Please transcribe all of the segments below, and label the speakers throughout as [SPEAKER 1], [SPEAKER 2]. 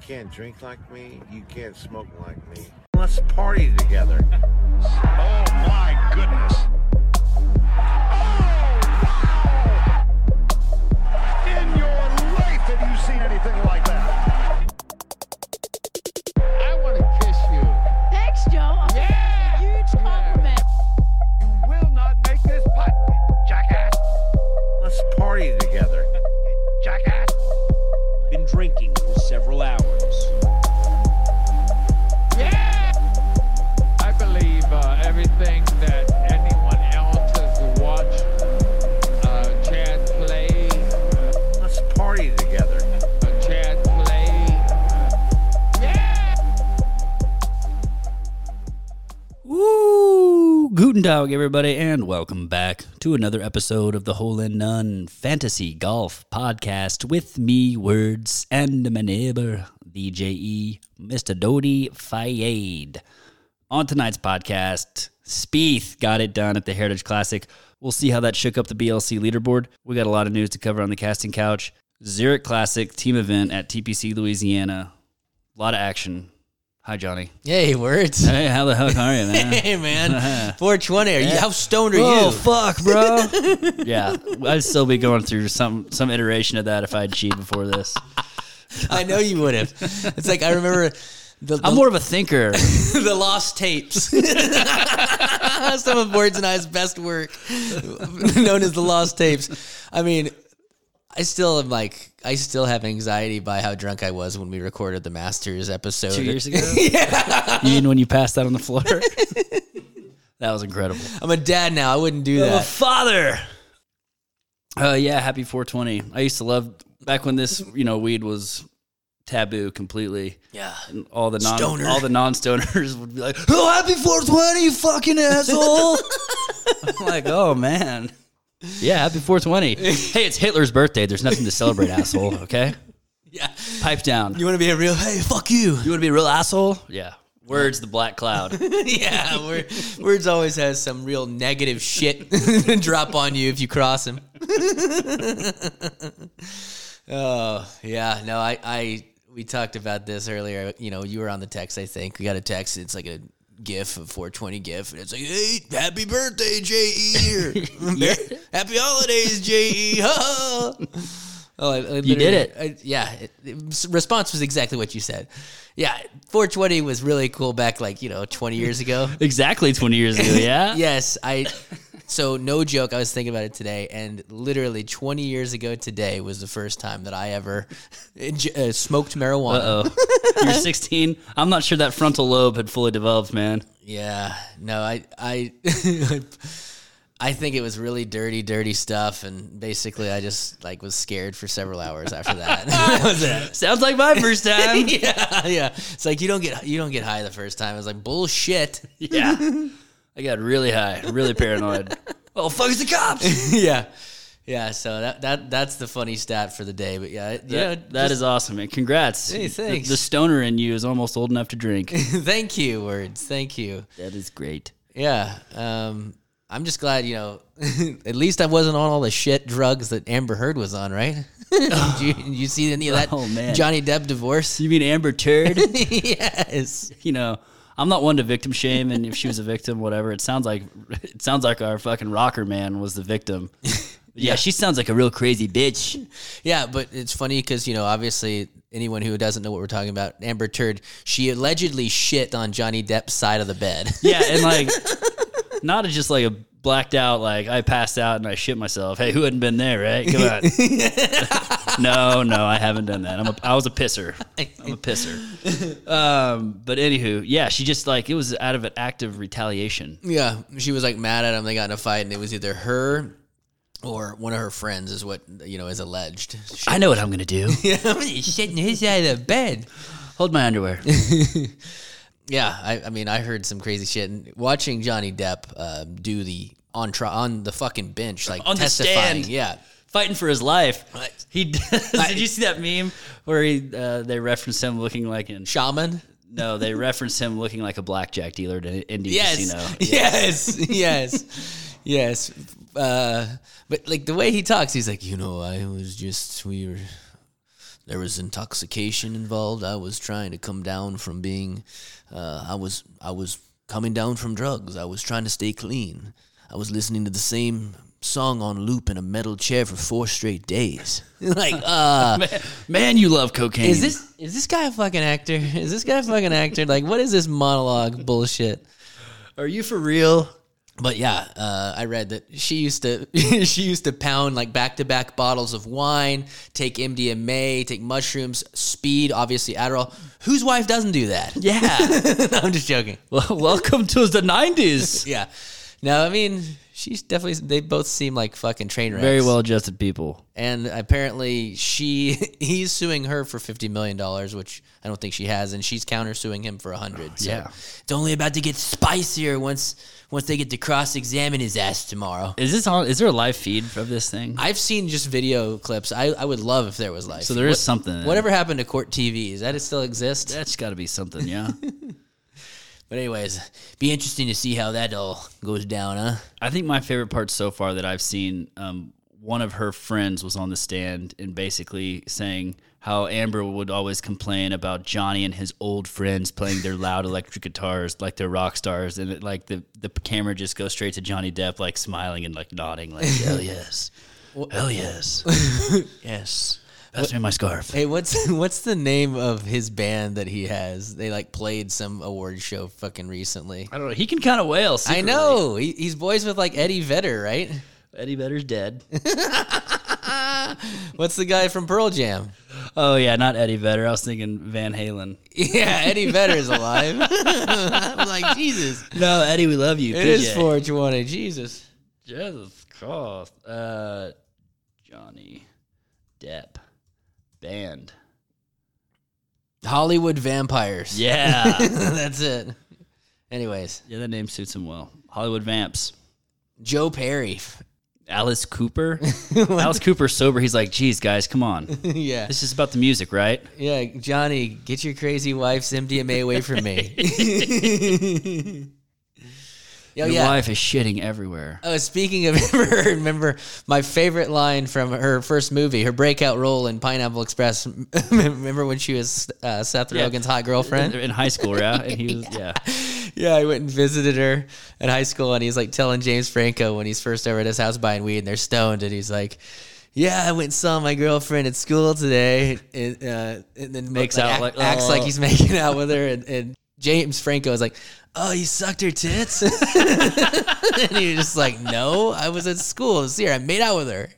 [SPEAKER 1] can't drink like me. You can't smoke like me. Let's party together.
[SPEAKER 2] Oh my goodness. Oh wow! In your life have you seen anything like that?
[SPEAKER 3] I want to kiss you.
[SPEAKER 4] Thanks, Joe. Okay,
[SPEAKER 3] Yeah.
[SPEAKER 4] that's a huge compliment.
[SPEAKER 2] You will not make this putt, you jackass.
[SPEAKER 1] Let's party together.
[SPEAKER 2] you Jackass.
[SPEAKER 5] been drinking for several hours.
[SPEAKER 3] Yeah! I believe uh, everything that anyone else has watched uh, Chad play,
[SPEAKER 1] Let's party together.
[SPEAKER 3] uh, Chad play. Yeah!
[SPEAKER 6] Woo! Guten Tag, everybody, and welcome back to another episode of the Hole in None Fantasy Golf Podcast with me, Words, and my neighbor, DJE, Mr. Dodi Fayed. On tonight's podcast, Spieth got it done at the Heritage Classic. We'll see how that shook up the BLC leaderboard. We got a lot of news to cover on the casting couch. Zurich Classic team event at TPC Louisiana. A lot of action. Hi, Johnny.
[SPEAKER 7] Hey, words.
[SPEAKER 6] Hey, how the heck are you, man?
[SPEAKER 7] Hey, man. 420. Are you, how stoned are
[SPEAKER 6] Oh
[SPEAKER 7] you?
[SPEAKER 6] fuck, bro! yeah, I'd still be going through some some iteration of that if I'd cheated before this.
[SPEAKER 7] I know you would have. It's like I remember the, the,
[SPEAKER 6] I'm more of a thinker.
[SPEAKER 7] the lost tapes. Some of Words and I's best work, known as the lost tapes. I mean, I still am like, I still have anxiety by how drunk I was when we recorded the Masters episode.
[SPEAKER 6] Two years ago, yeah. You mean when you passed out on the floor? that was incredible.
[SPEAKER 7] I'm a dad now. I wouldn't do that.
[SPEAKER 6] father. Oh yeah, happy 420. I used to love back when this you know weed was taboo completely.
[SPEAKER 7] Yeah.
[SPEAKER 6] And all the non
[SPEAKER 7] Stoner.
[SPEAKER 6] all the non stoners would be like, "Oh, happy 420, you fucking asshole!" I'm like, "Oh man, yeah, happy 420." hey, it's Hitler's birthday. There's nothing to celebrate, asshole. Okay,
[SPEAKER 7] Yeah.
[SPEAKER 6] pipe down.
[SPEAKER 7] You want to be a real, hey, fuck
[SPEAKER 6] You
[SPEAKER 7] you.
[SPEAKER 6] want to be a real asshole? Yeah. Words the black cloud.
[SPEAKER 7] yeah, Word, Words always has some real negative shit drop on you if you cross him. oh yeah, no, I, I we talked about this earlier. You know, you were on the text. I think we got a text. It's like a GIF, a 420 GIF, and it's like, "Hey, happy birthday, JE! Or, Happy holidays, JE! Ha, ha." Oh, I, I
[SPEAKER 6] You did
[SPEAKER 7] literally-
[SPEAKER 6] it.
[SPEAKER 7] I- yeah, it, it- response was exactly what you said. Yeah, 420 was really cool back like you know 20 years ago.
[SPEAKER 6] exactly 20 years ago. Yeah.
[SPEAKER 7] yes, I. So no joke, I was thinking about it today, and literally 20 years ago today was the first time that I ever uh, smoked marijuana.
[SPEAKER 6] Uh oh. You're 16. I'm not sure that frontal lobe had fully developed, man.
[SPEAKER 7] Yeah, no, I, I, I think it was really dirty, dirty stuff, and basically, I just like was scared for several hours after that. that was it.
[SPEAKER 6] Sounds like my first time.
[SPEAKER 7] yeah, yeah. It's like you don't get you don't get high the first time. I was like bullshit.
[SPEAKER 6] yeah. I got really high, really paranoid. oh, fuck, it's the cops.
[SPEAKER 7] yeah, yeah. So that that that's the funny stat for the day. But yeah, it- yeah.
[SPEAKER 6] Yeah, that is awesome, man. Congrats.
[SPEAKER 7] Hey,
[SPEAKER 6] The-
[SPEAKER 7] thanks.
[SPEAKER 6] The, stoner in you is almost old enough to drink.
[SPEAKER 7] thank you, words. Thank you.
[SPEAKER 6] that is great.
[SPEAKER 7] Yeah. Um, I'm just glad you know. at least I wasn't on all the shit drugs that Amber Heard was on, right? did, you, did you see any of that
[SPEAKER 6] Oh, man.
[SPEAKER 7] Johnny Depp divorce?
[SPEAKER 6] You mean Amber Turd?
[SPEAKER 7] yes.
[SPEAKER 6] you know, I'm not one to victim shame, and if she was a victim, whatever. It sounds like it sounds like our fucking rocker man was the victim. yeah, she sounds like a real crazy bitch.
[SPEAKER 7] Yeah, but it's funny because you know, obviously, anyone who doesn't know what we're talking about, Amber Turd, she allegedly shit on Johnny Depp's side of the bed.
[SPEAKER 6] Yeah, and like not just like a blacked out like I passed out and I shit myself. Hey, who hadn't been there, right? Come on. no, no, I haven't done that. I'm a I was a pisser. I'm a pisser. Um, but anywho, yeah, she just like it was out of an act of retaliation.
[SPEAKER 7] Yeah, she was like mad at him. They got in a fight, and it was either her or one of her friends, is what you know is alleged. She,
[SPEAKER 6] I know what I'm gonna do.
[SPEAKER 7] shitting his side of the bed.
[SPEAKER 6] Hold my underwear.
[SPEAKER 7] Yeah, I, I mean, I heard some crazy shit. And watching Johnny Depp uh, do the on tri- on the fucking bench, like
[SPEAKER 6] On the
[SPEAKER 7] testifying.
[SPEAKER 6] stand.
[SPEAKER 7] Yeah,
[SPEAKER 6] Fighting for his life.
[SPEAKER 7] Right.
[SPEAKER 6] He does, did you see that meme where he uh, they referenced him looking like an
[SPEAKER 7] shaman.
[SPEAKER 6] no they referenced him looking like a blackjack dealer at an indie
[SPEAKER 7] Yes,
[SPEAKER 6] casino.
[SPEAKER 7] yes, yes, yes. Uh, but like the way he talks, he's like, you know, I was just we were There was intoxication involved. I was trying to come down from being, uh, I was I was coming down from drugs. I was trying to stay clean. I was listening to the same song on loop in a metal chair for four straight days. like, uh,
[SPEAKER 6] Man, you love cocaine.
[SPEAKER 7] is this is this guy a fucking actor? Is this guy a fucking actor? Like, what is this monologue bullshit?
[SPEAKER 6] Are you for real?
[SPEAKER 7] But yeah, uh, I read that she used to she used to pound like back to back bottles of wine, take MDMA, take mushrooms, speed, obviously Adderall. Whose wife doesn't do that?
[SPEAKER 6] Yeah.
[SPEAKER 7] No, I'm just joking.
[SPEAKER 6] well, welcome to the '90s.
[SPEAKER 7] Yeah, no, I mean she's definitely. They both seem like fucking train wrecks.
[SPEAKER 6] Very well-adjusted people.
[SPEAKER 7] And apparently she he's suing her for fifty million dollars, which I don't think she has, and she's countersuing him for a hundred. So
[SPEAKER 6] Oh, Yeah.
[SPEAKER 7] it's only about to get spicier once once they get to cross examine his ass tomorrow.
[SPEAKER 6] Is this on? Is there a live feed of this thing?
[SPEAKER 7] I've seen just video clips. I, I would love if there was life.
[SPEAKER 6] so there is something.
[SPEAKER 7] Whatever happened to court TV? Is that it still exist?
[SPEAKER 6] That's got to be something. Yeah.
[SPEAKER 7] But anyways, be interesting to see how that all goes down, huh?
[SPEAKER 6] I think my favorite part so far that I've seen, um, one of her friends was on the stand and basically saying how Amber would always complain about Johnny and his old friends playing their loud electric guitars like they're rock stars, and it, like the the camera just goes straight to Johnny Depp, like smiling and like nodding, like hell yes, hell yes, yes. That's me my scarf.
[SPEAKER 7] Hey, what's what's the name of his band that he has? They like played some award show fucking recently.
[SPEAKER 6] I don't know. He can kind of wail.
[SPEAKER 7] I
[SPEAKER 6] Secretly.
[SPEAKER 7] know he, he's boys with like Eddie Vedder, right?
[SPEAKER 6] Eddie Vedder's dead.
[SPEAKER 7] What's the guy from Pearl Jam?
[SPEAKER 6] oh yeah, not Eddie Vedder. I was thinking Van Halen.
[SPEAKER 7] Yeah, Eddie Vedder is alive. I'm like Jesus.
[SPEAKER 6] No, Eddie, we love you.
[SPEAKER 7] It is
[SPEAKER 6] PJ.
[SPEAKER 7] 420. Jesus.
[SPEAKER 6] Jesus Christ. Uh, Johnny Depp. Band.
[SPEAKER 7] Hollywood vampires.
[SPEAKER 6] Yeah.
[SPEAKER 7] That's it. Anyways,
[SPEAKER 6] yeah, that name suits him well. Hollywood Vamps.
[SPEAKER 7] Joe Perry.
[SPEAKER 6] Alice Cooper. Alice Cooper sober. He's like, geez, guys, come on.
[SPEAKER 7] yeah.
[SPEAKER 6] This is about the music, right?
[SPEAKER 7] Yeah, Johnny, get your crazy wife's MDMA away from me. Yo,
[SPEAKER 6] Your
[SPEAKER 7] yeah.
[SPEAKER 6] wife is shitting everywhere.
[SPEAKER 7] Oh, speaking of Amber, remember my favorite line from her first movie, her breakout role in Pineapple Express. remember when she was uh, Seth
[SPEAKER 6] Yeah.
[SPEAKER 7] Rogen's hot girlfriend?
[SPEAKER 6] In high school, yeah? And he was, yeah.
[SPEAKER 7] Yeah, I went and visited her at high school, and he's like telling James Franco when he's first over at his house buying weed, and they're stoned, and he's like, "Yeah, I went and saw my girlfriend at school today," and, uh, and then
[SPEAKER 6] Makes
[SPEAKER 7] like,
[SPEAKER 6] out
[SPEAKER 7] act-
[SPEAKER 6] like,
[SPEAKER 7] acts like
[SPEAKER 6] "Oh."
[SPEAKER 7] he's making out with her, and, and James Franco is like, "Oh, you sucked her tits," and you're just like, "No, I was at school to see her. I made out with her."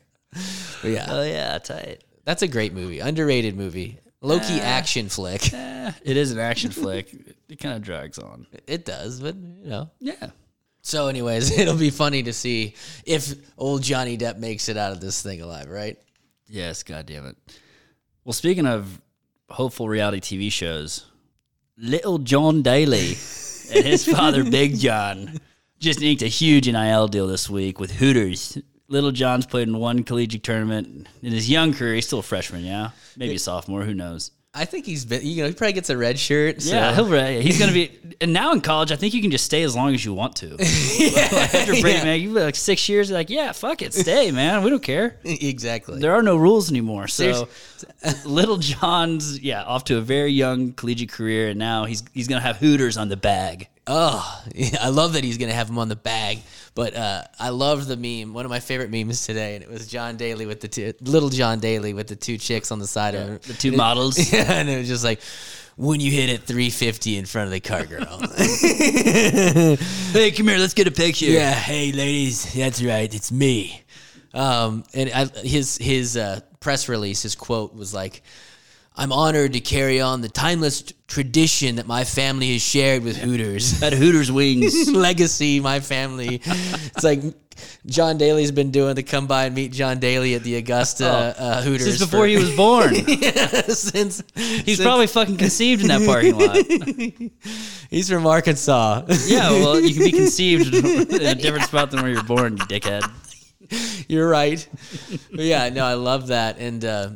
[SPEAKER 7] But yeah,
[SPEAKER 6] Oh, yeah, tight.
[SPEAKER 7] that's a great movie, underrated movie, low key action flick.
[SPEAKER 6] It is an action flick. It kind of drags on.
[SPEAKER 7] It does, but you know.
[SPEAKER 6] Yeah.
[SPEAKER 7] So, anyways, it'll be funny to see if old Johnny Depp makes it out of this thing alive, right?
[SPEAKER 6] Yes, God damn it. Well, speaking of hopeful reality TV shows, Little John Daly and his father Big John just inked a huge NIL deal this week with Hooters. Little John's played in one collegiate tournament in his young career. He's still a freshman, yeah, maybe a sophomore. Who knows?
[SPEAKER 7] I think he's been, you know, he probably gets a red shirt. So.
[SPEAKER 6] Yeah, he'll re- he's gonna be. And now in college, I think you can just stay as long as you want to. After break, man, you like six years. Like, yeah, fuck it, stay, man. We don't care.
[SPEAKER 7] exactly.
[SPEAKER 6] There are no rules anymore. So Little John's yeah, off to a very young collegiate career and now he's he's going to have Hooters on the bag.
[SPEAKER 7] Oh, yeah, I love that he's going to have him on the bag. But uh, I loved the meme. One of my favorite memes today, and it was John Daly with the two, little John Daly with the two chicks on the side of him.
[SPEAKER 6] The two models.
[SPEAKER 7] Yeah, and it was just like, when you hit it 350 in front of the car girl.
[SPEAKER 6] hey, come here, let's get a picture.
[SPEAKER 7] Yeah, hey ladies, that's right, it's me. Um, and I, his his uh, press release, his quote was like, "I'm honored to carry on the timeless t- tradition that my family has shared with Hooters."
[SPEAKER 6] At Hooters wings.
[SPEAKER 7] Legacy, my family. it's like John Daly's been doing the come by and meet John Daly at the Augusta uh, Hooters
[SPEAKER 6] Oh, Since before
[SPEAKER 7] for-
[SPEAKER 6] he was born.
[SPEAKER 7] since
[SPEAKER 6] He's probably fucking conceived in that parking lot.
[SPEAKER 7] he's from Arkansas.
[SPEAKER 6] Yeah, well, you can be conceived in a different spot than where you're born, you dickhead.
[SPEAKER 7] You're right. But yeah, no, I love that, and uh,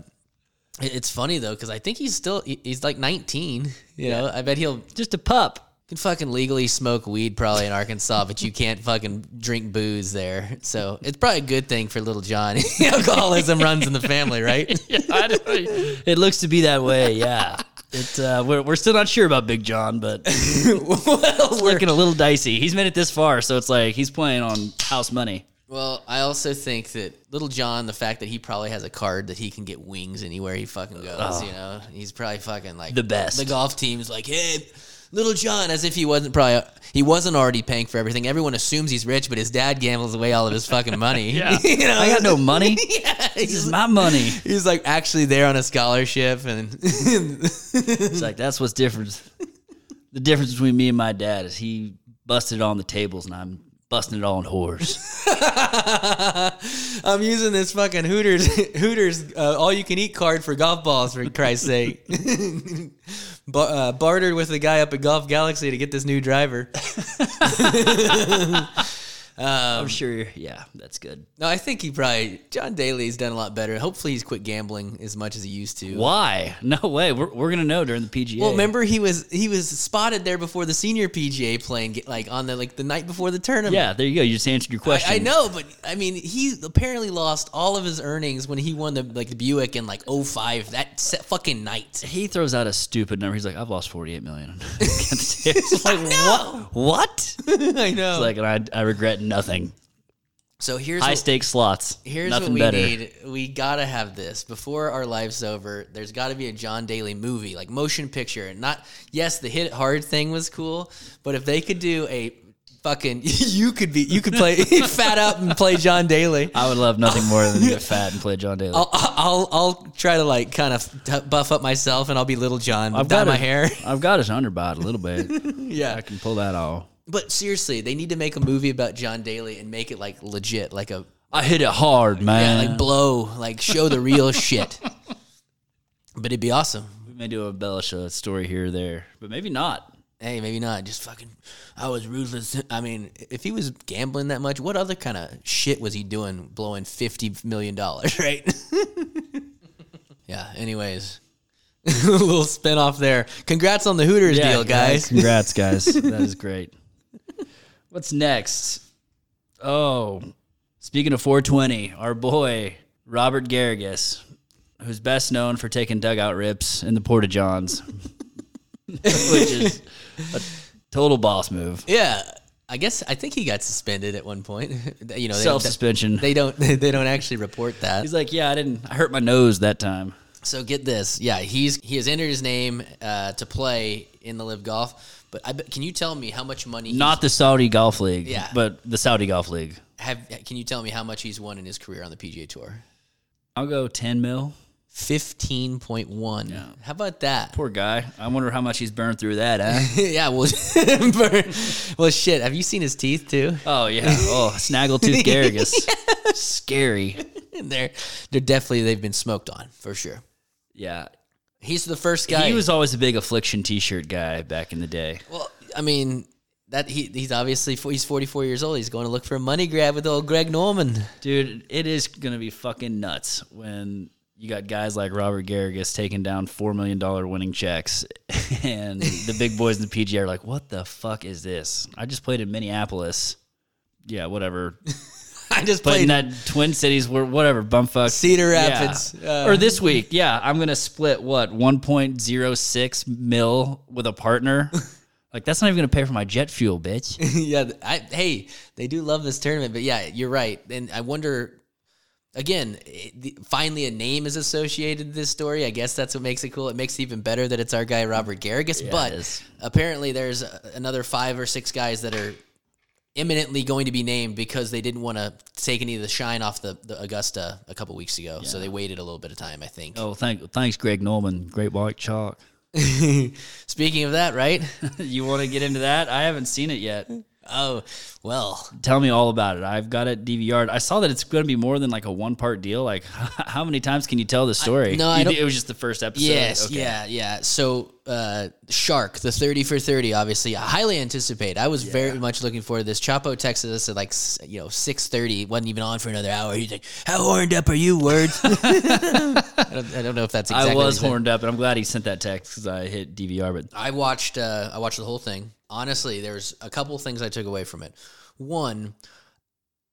[SPEAKER 7] it- it's funny though because I think he's still he- he's like 19. You know, I bet he'll
[SPEAKER 6] Just a pup.
[SPEAKER 7] can fucking legally smoke weed probably in Arkansas, but you can't fucking drink booze there. So it's probably a good thing for little John. Alcoholism runs in the family, right?
[SPEAKER 6] I don't- it looks to be that way. Yeah. It, uh, we're, we're still not sure about Big John, but it's
[SPEAKER 7] well, we're-
[SPEAKER 6] looking a little dicey. He's made it this far, so it's like he's playing on house money.
[SPEAKER 7] well, I also think that little John, the fact that he probably has a card that he can get wings anywhere he fucking goes, you know, he's probably fucking like
[SPEAKER 6] The best.
[SPEAKER 7] The golf team's like, hey. Little John, as if he wasn't probably he wasn't already paying for everything. Everyone assumes he's rich, but his dad gambles away all of his fucking money.
[SPEAKER 6] Yeah.
[SPEAKER 7] you know,
[SPEAKER 6] I got no money.
[SPEAKER 7] yeah,
[SPEAKER 6] This is my money.
[SPEAKER 7] He's like actually there on a scholarship, and
[SPEAKER 6] It's like that's what's different. The difference between me and my dad is he busted it on the tables, and I'm busting it on whores.
[SPEAKER 7] I'm using this fucking Hooters Hooters uh, all you can eat card for golf balls for Christ's sake. Bar- uh, bartered with the guy up at Golf Galaxy to get this new driver.
[SPEAKER 6] I'm sure. Yeah, that's good.
[SPEAKER 7] No, I think he probably John Daly's done a lot better. Hopefully, he's quit gambling as much as he used to.
[SPEAKER 6] Why? No way. We're, we're gonna know during the PGA.
[SPEAKER 7] Well, remember he was he was spotted there before the senior PGA playing get- like on the like the night before the tournament.
[SPEAKER 6] Yeah, there you go. You just answered your question.
[SPEAKER 7] I, I know, but I mean, he apparently lost all of his earnings when he won the like the Buick in like 05 that se- fucking night.
[SPEAKER 6] He throws out a stupid number. He's like, "I've lost 48 million. it's like
[SPEAKER 7] No.
[SPEAKER 6] what? What? It's
[SPEAKER 7] I know.
[SPEAKER 6] like, and I, I regret nothing.
[SPEAKER 7] so here's
[SPEAKER 6] High
[SPEAKER 7] what,
[SPEAKER 6] stakes slots.
[SPEAKER 7] here's
[SPEAKER 6] nothing
[SPEAKER 7] what we
[SPEAKER 6] better.
[SPEAKER 7] need. We gotta have this before our life's over. There's got to be a John Daly movie, like motion picture. Not yes, the hit it hard thing was cool, but if they could do a fucking, you could be, you could play fat up and play John Daly.
[SPEAKER 6] I would love nothing more than to get fat and play John Daly.
[SPEAKER 7] I'll, I'll I'll try to like kind of t- buff up myself and I'll be little John. I've dye
[SPEAKER 6] got
[SPEAKER 7] my
[SPEAKER 6] his-
[SPEAKER 7] hair.
[SPEAKER 6] I've got his underbite a little bit.
[SPEAKER 7] yeah,
[SPEAKER 6] I can pull that off.
[SPEAKER 7] But seriously, they need to make a movie about John Daly and make it like legit, like a
[SPEAKER 6] I hit it hard,
[SPEAKER 7] yeah,
[SPEAKER 6] man.
[SPEAKER 7] like blow, like show the real shit. But it'd be awesome.
[SPEAKER 6] we may do a embellish a story here or there, but maybe not.
[SPEAKER 7] Hey, maybe not. Just fucking, I was ruthless. I mean, if he was gambling that much, what other kind of shit was he doing, blowing fifty million dollars, right? yeah. Anyways, a little spin off there. Congrats on the Hooters deal, guys.
[SPEAKER 6] Congrats, guys. that is great. What's next? Oh, speaking of 420, our boy Robert Garrigus, who's best known for taking dugout rips in the Porta Johns, which is a total boss move.
[SPEAKER 7] Yeah, I guess I think he got suspended at one point. you know, they-
[SPEAKER 6] Self suspension.
[SPEAKER 7] They don't. They don't actually report that.
[SPEAKER 6] He's like, yeah, I didn't. I hurt my nose that time.
[SPEAKER 7] So get this. Yeah, he's he has entered his name uh, to play in the live golf. But I, bet- can you tell me how much money? he's-
[SPEAKER 6] Not the Saudi Golf League,
[SPEAKER 7] Yeah.
[SPEAKER 6] but the Saudi Golf League.
[SPEAKER 7] have. Can you tell me how much he's won in his career on the PGA Tour?
[SPEAKER 6] I'll go 10 mil.
[SPEAKER 7] Fifteen point one. How about that?
[SPEAKER 6] Poor guy. I wonder how much he's burned through that, eh?
[SPEAKER 7] yeah. Well, well, shit. Have you seen his teeth too?
[SPEAKER 6] Oh yeah. Oh, snaggletooth garrigus. Scary.
[SPEAKER 7] They're they're definitely they've been smoked on for sure.
[SPEAKER 6] Yeah.
[SPEAKER 7] He's the first guy.
[SPEAKER 6] He was always a big affliction t-shirt guy back in the day.
[SPEAKER 7] Well, I mean. That he, he's obviously fo- he's 44 years old. He's going to look for a money grab with old Greg Norman.
[SPEAKER 6] Dude, it is going to be fucking nuts when you got guys like Robert Garrigus taking down 4 million dollar winning checks and the big boys in the PGA are like, "What the fuck is this? I just played in Minneapolis." Yeah, whatever.
[SPEAKER 7] I just
[SPEAKER 6] But in
[SPEAKER 7] played
[SPEAKER 6] that Twin Cities, where whatever, bumfuck.
[SPEAKER 7] Cedar
[SPEAKER 6] Yeah.
[SPEAKER 7] Rapids, uh,
[SPEAKER 6] or this week, yeah, I'm gonna split what 1.06 mil with a partner. like that's not even gonna pay for my jet fuel, bitch.
[SPEAKER 7] yeah, th- I, hey, they do love this tournament, but yeah, you're right. And I wonder, again, it, the, finally a name is associated to this story. I guess that's what makes it cool. It makes it even better that it's our guy Robert Garrigus.
[SPEAKER 6] it
[SPEAKER 7] but
[SPEAKER 6] is.
[SPEAKER 7] apparently, there's uh, another five or six guys that are imminently going to be named because they didn't want to take any of the shine off the, the Augusta a couple weeks ago. So they waited a little bit of time, I think.
[SPEAKER 6] oh, thank, thanks, Greg Norman, Great White Chalk.
[SPEAKER 7] Speaking of that, right?
[SPEAKER 6] you want to get into that? I haven't seen it yet.
[SPEAKER 7] oh, well,
[SPEAKER 6] Tell me all about it. I've got it DVR'd. I saw that it's going to be more than like a one part deal. Like, how many times can you tell the story?
[SPEAKER 7] no, I
[SPEAKER 6] You
[SPEAKER 7] don't-
[SPEAKER 6] thi- it was just the first episode.
[SPEAKER 7] Yes,
[SPEAKER 6] Okay.
[SPEAKER 7] yeah, yeah. So, uh, Shark, the 30 for 30, obviously, I highly anticipate. I was very much looking forward to this. Chapo texted us at like, s- you know, 6.30, wasn't even on for another hour. He's like, how horned up are you, words? I, don't, I don't know if that's exactly
[SPEAKER 6] I
[SPEAKER 7] what
[SPEAKER 6] was
[SPEAKER 7] he said.
[SPEAKER 6] horned up, and I'm glad he sent that text because I hit DVR. But
[SPEAKER 7] I watched, uh, I watched the whole thing. honestly, there's a couple things I took away from it. One,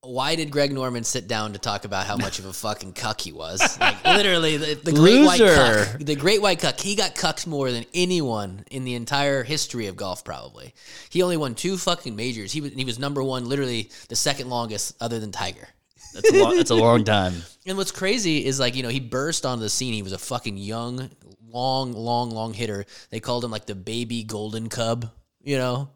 [SPEAKER 7] why did Greg Norman sit down to talk about how much of a fucking cuck he was? Like, literally, the, the great white
[SPEAKER 6] Loser.
[SPEAKER 7] cuck. The great white cuck. He got cucked more than anyone in the entire history of golf, probably. He only won two fucking majors. He was, he was number one, literally the second longest, other than Tiger.
[SPEAKER 6] That's a long, that's a long time.
[SPEAKER 7] And what's crazy is like, you know, he burst onto the scene. He was a fucking young, long, long, long hitter. They called him like the baby golden cub, you know?